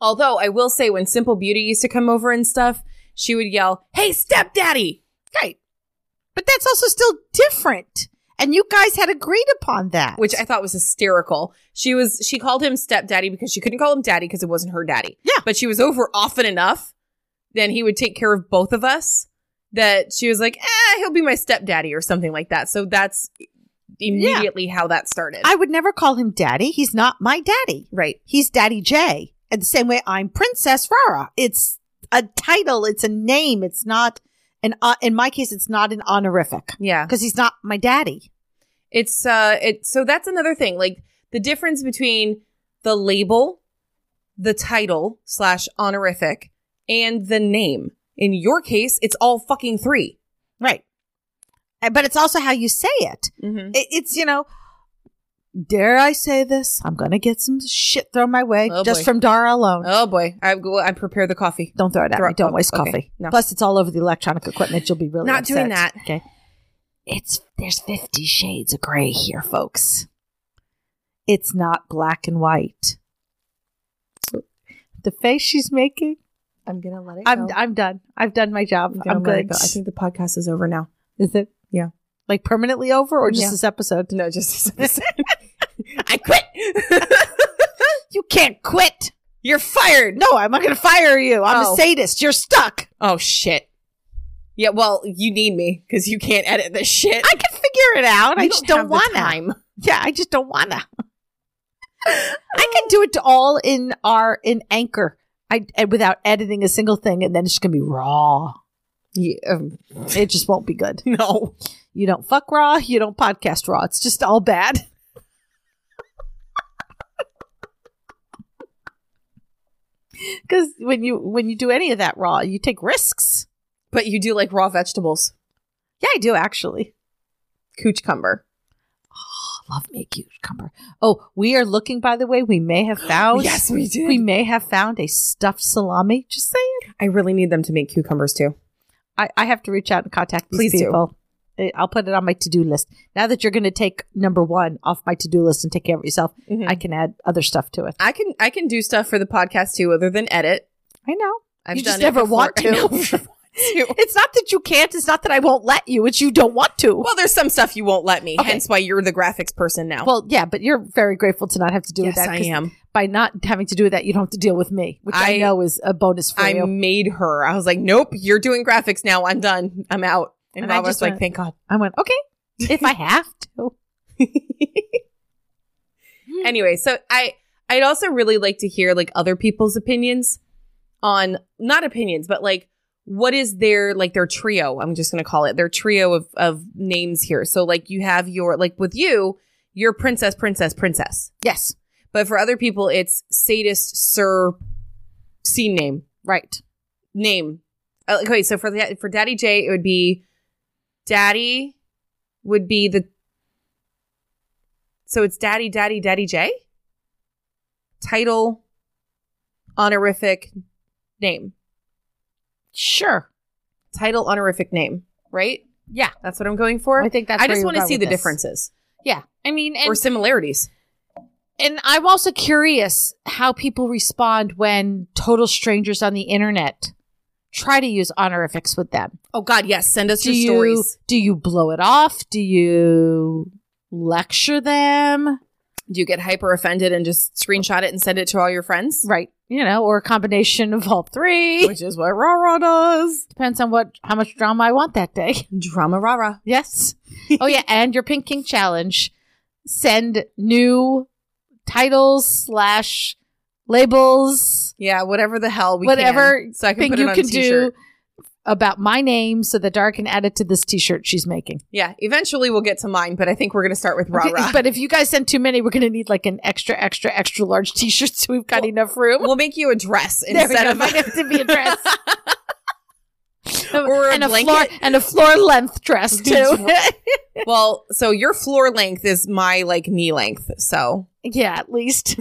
S2: Although I will say, when Simple Beauty used to come over and stuff, she would yell, "Hey, stepdaddy!"
S1: But that's also still different. And you guys had agreed upon that.
S2: which I thought was hysterical. She was she called him stepdaddy because she couldn't call him daddy because it wasn't her daddy.
S1: Yeah.
S2: But she was over often enough, then he would take care of both of us that she was like, eh, he'll be my stepdaddy or something like that. So that's immediately how that started.
S1: I would never call him Daddy. He's not my daddy.
S2: right.
S1: He's Daddy J. And the same way I'm Princess Rara. It's a title, it's a name. It's not an, uh, in my case, it's not an honorific
S2: Yeah.
S1: because he's not my daddy.
S2: It's uh it so that's another thing. Like the difference between the label, the title slash honorific, and the name. In your case, it's all fucking three.
S1: Right. Uh, But it's also how you say it.
S2: Mm-hmm.
S1: It- It's, you know, dare I say this? I'm going to get some shit thrown my way
S2: Oh,
S1: just
S2: boy.
S1: from Dara alone.
S2: Oh boy, I go. I prepare the coffee.
S1: Don't throw it at
S2: Throw-
S1: me. Don't
S2: oh,
S1: waste
S2: okay.
S1: coffee.
S2: No.
S1: Plus, it's all over the electronic equipment. You'll be really
S2: Not doing
S1: upset.
S2: that.
S1: Okay. It's there's Fifty Shades of Gray here, folks. It's not black and white. The face she's making.
S2: I'm gonna let it.
S1: I'm I'm done. I've done my job.
S2: I'm gonna
S1: I'm
S2: let
S1: good.
S2: it go. I think the podcast is over now.
S1: Is it?
S2: Yeah.
S1: Like permanently over or just
S2: Yeah.
S1: this episode?
S2: No, just I quit.
S1: You can't quit.
S2: You're fired.
S1: No, I'm not going to fire you. I'm
S2: Oh.
S1: a sadist. You're stuck.
S2: Oh shit. Yeah, well, you need me because you can't edit this shit.
S1: I can figure it out. I
S2: You
S1: just
S2: have
S1: don't
S2: the
S1: want to.
S2: time.
S1: Yeah, I just don't wanna. I can do it all in our in anchor. I and without editing a single thing, and then it's just gonna be raw.
S2: Yeah, um,
S1: It just won't be good.
S2: no.
S1: You don't fuck raw. You don't podcast raw. It's just all bad. Because when you when you do any of that raw, you take risks.
S2: But you do like raw vegetables.
S1: Yeah, I do actually.
S2: Cooch cumber.
S1: Love me a cucumber. Oh, we are looking. By the way, we may have found.
S2: we did.
S1: we may have found a stuffed salami. Just saying.
S2: I really need them to make cucumbers too.
S1: I, I have to reach out and contact these
S2: Please do.
S1: people. I- I'll put it on my to do list. Now that you're going to take number one off my to do list and take care of yourself,
S2: Mhm.
S1: I can add other stuff to it.
S2: I can I can do stuff for the podcast too, other than edit.
S1: I know.
S2: I've
S1: You just
S2: done it
S1: never
S2: before.
S1: want
S2: I
S1: to.
S2: never want to.
S1: It's not that you can't. It's not that I won't let you. It's you don't want to.
S2: Well, there's some stuff you won't let me.
S1: Okay.
S2: Hence why you're the graphics person now.
S1: Well, yeah, but you're very grateful to not have to do
S2: yes,
S1: with that.
S2: I
S1: 'cause
S2: am.
S1: By not having to do with that, you don't have to deal with me, which I,
S2: I-
S1: know is a bonus for
S2: I
S1: you.
S2: made her. I was like, nope, you're doing graphics now. I'm done. I'm out. And,
S1: And I
S2: I was
S1: just
S2: like,
S1: went-
S2: thank God.
S1: I went, okay, if I have to.
S2: anyway, so I I'd also really like to hear like other people's opinions on not opinions, but like what is their like their trio? I'm just gonna call it their trio of of names here. So like you have your like with you, your princess, princess, princess.
S1: Yes.
S2: But for other people, it's sadist sir scene name
S1: Right.
S2: name. Uh, Okay, so for the, for Daddy J, it would be Daddy would be the. So it's Daddy, Daddy, Daddy J. Title, honorific, name.
S1: Sure.
S2: Title, honorific name. Right?
S1: Yeah.
S2: that's what I'm going for.
S1: I think that's
S2: I
S1: where
S2: just
S1: you're
S2: want to
S1: going
S2: see
S1: with
S2: the
S1: this.
S2: differences
S1: Yeah. I mean, and
S2: or similarities.
S1: And I'm also curious how people respond when total strangers on the internet try to use honorifics with them.
S2: Oh God, yes. Send us
S1: Do
S2: your
S1: you
S2: stories.
S1: do you blow it off? Do you lecture them?
S2: Do you get hyper offended and just screenshot it and send it to all your friends?
S1: Right, you know, or a combination of all three.
S2: Which is what Rara does.
S1: Depends on what how much drama I want that day.
S2: Drama Rara.
S1: Yes. Oh yeah, and your Pink King challenge. Send new titles slash labels
S2: Yeah, whatever the hell we
S1: whatever
S2: can. So I can
S1: thing
S2: put it
S1: you
S2: on
S1: can
S2: a t-shirt.
S1: do about my name so that Dara can add it to this t-shirt she's making.
S2: Yeah, eventually we'll get to mine, but I think we're going to start with
S1: Okay,
S2: Rara.
S1: But if you guys send too many, we're going to need like an extra, extra, extra large t-shirt so we've got enough room.
S2: we'll make you a dress
S1: there we
S2: instead
S1: go.
S2: of
S1: Might have to be a dress.
S6: or
S1: and
S6: a
S1: a
S6: blanket.
S1: floor and a floor length dress too.
S6: well, so your floor length is my like knee length. So
S1: yeah, at least.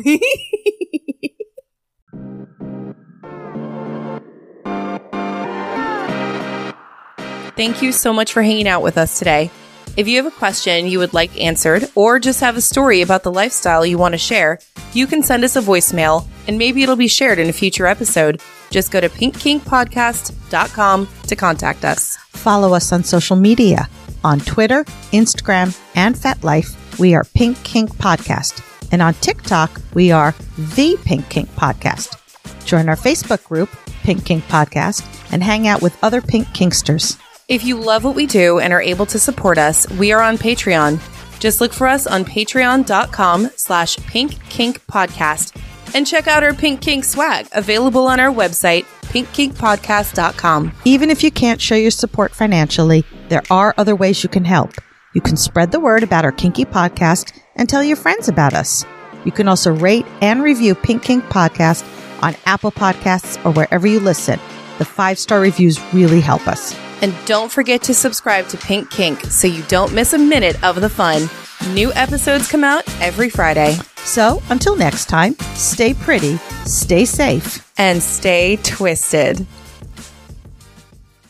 S2: Thank you so much for hanging out with us today. If you have a question you would like answered or just have a story about the lifestyle you want to share, you can send us a voicemail and maybe it'll be shared in a future episode. Just go to pinkkinkpodcast.com to contact us.
S7: Follow us on social media on Twitter, Instagram, and FetLife. We are Pink Kink Podcast. And on TikTok, we are The Pink Kink Podcast. Join our Facebook group, Pink Kink Podcast, and hang out with other Pink Kinksters.
S2: If you love what we do and are able to support us, we are on Patreon. Just look for us on patreon.com slash pink kink podcast and check out our pink kink swag available on our website, pinkkinkpodcast.com.
S7: Even if you can't show your support financially, there are other ways you can help. You can spread the word about our Kinky Podcast and tell your friends about us. You can also rate and review Pink Kink Podcast on Apple Podcasts or wherever you listen. The five star reviews really help us.
S2: And don't forget to subscribe to Pink Kink so you don't miss a minute of the fun. New episodes come out every Friday.
S7: So until next time, stay pretty, stay safe.
S2: And stay twisted.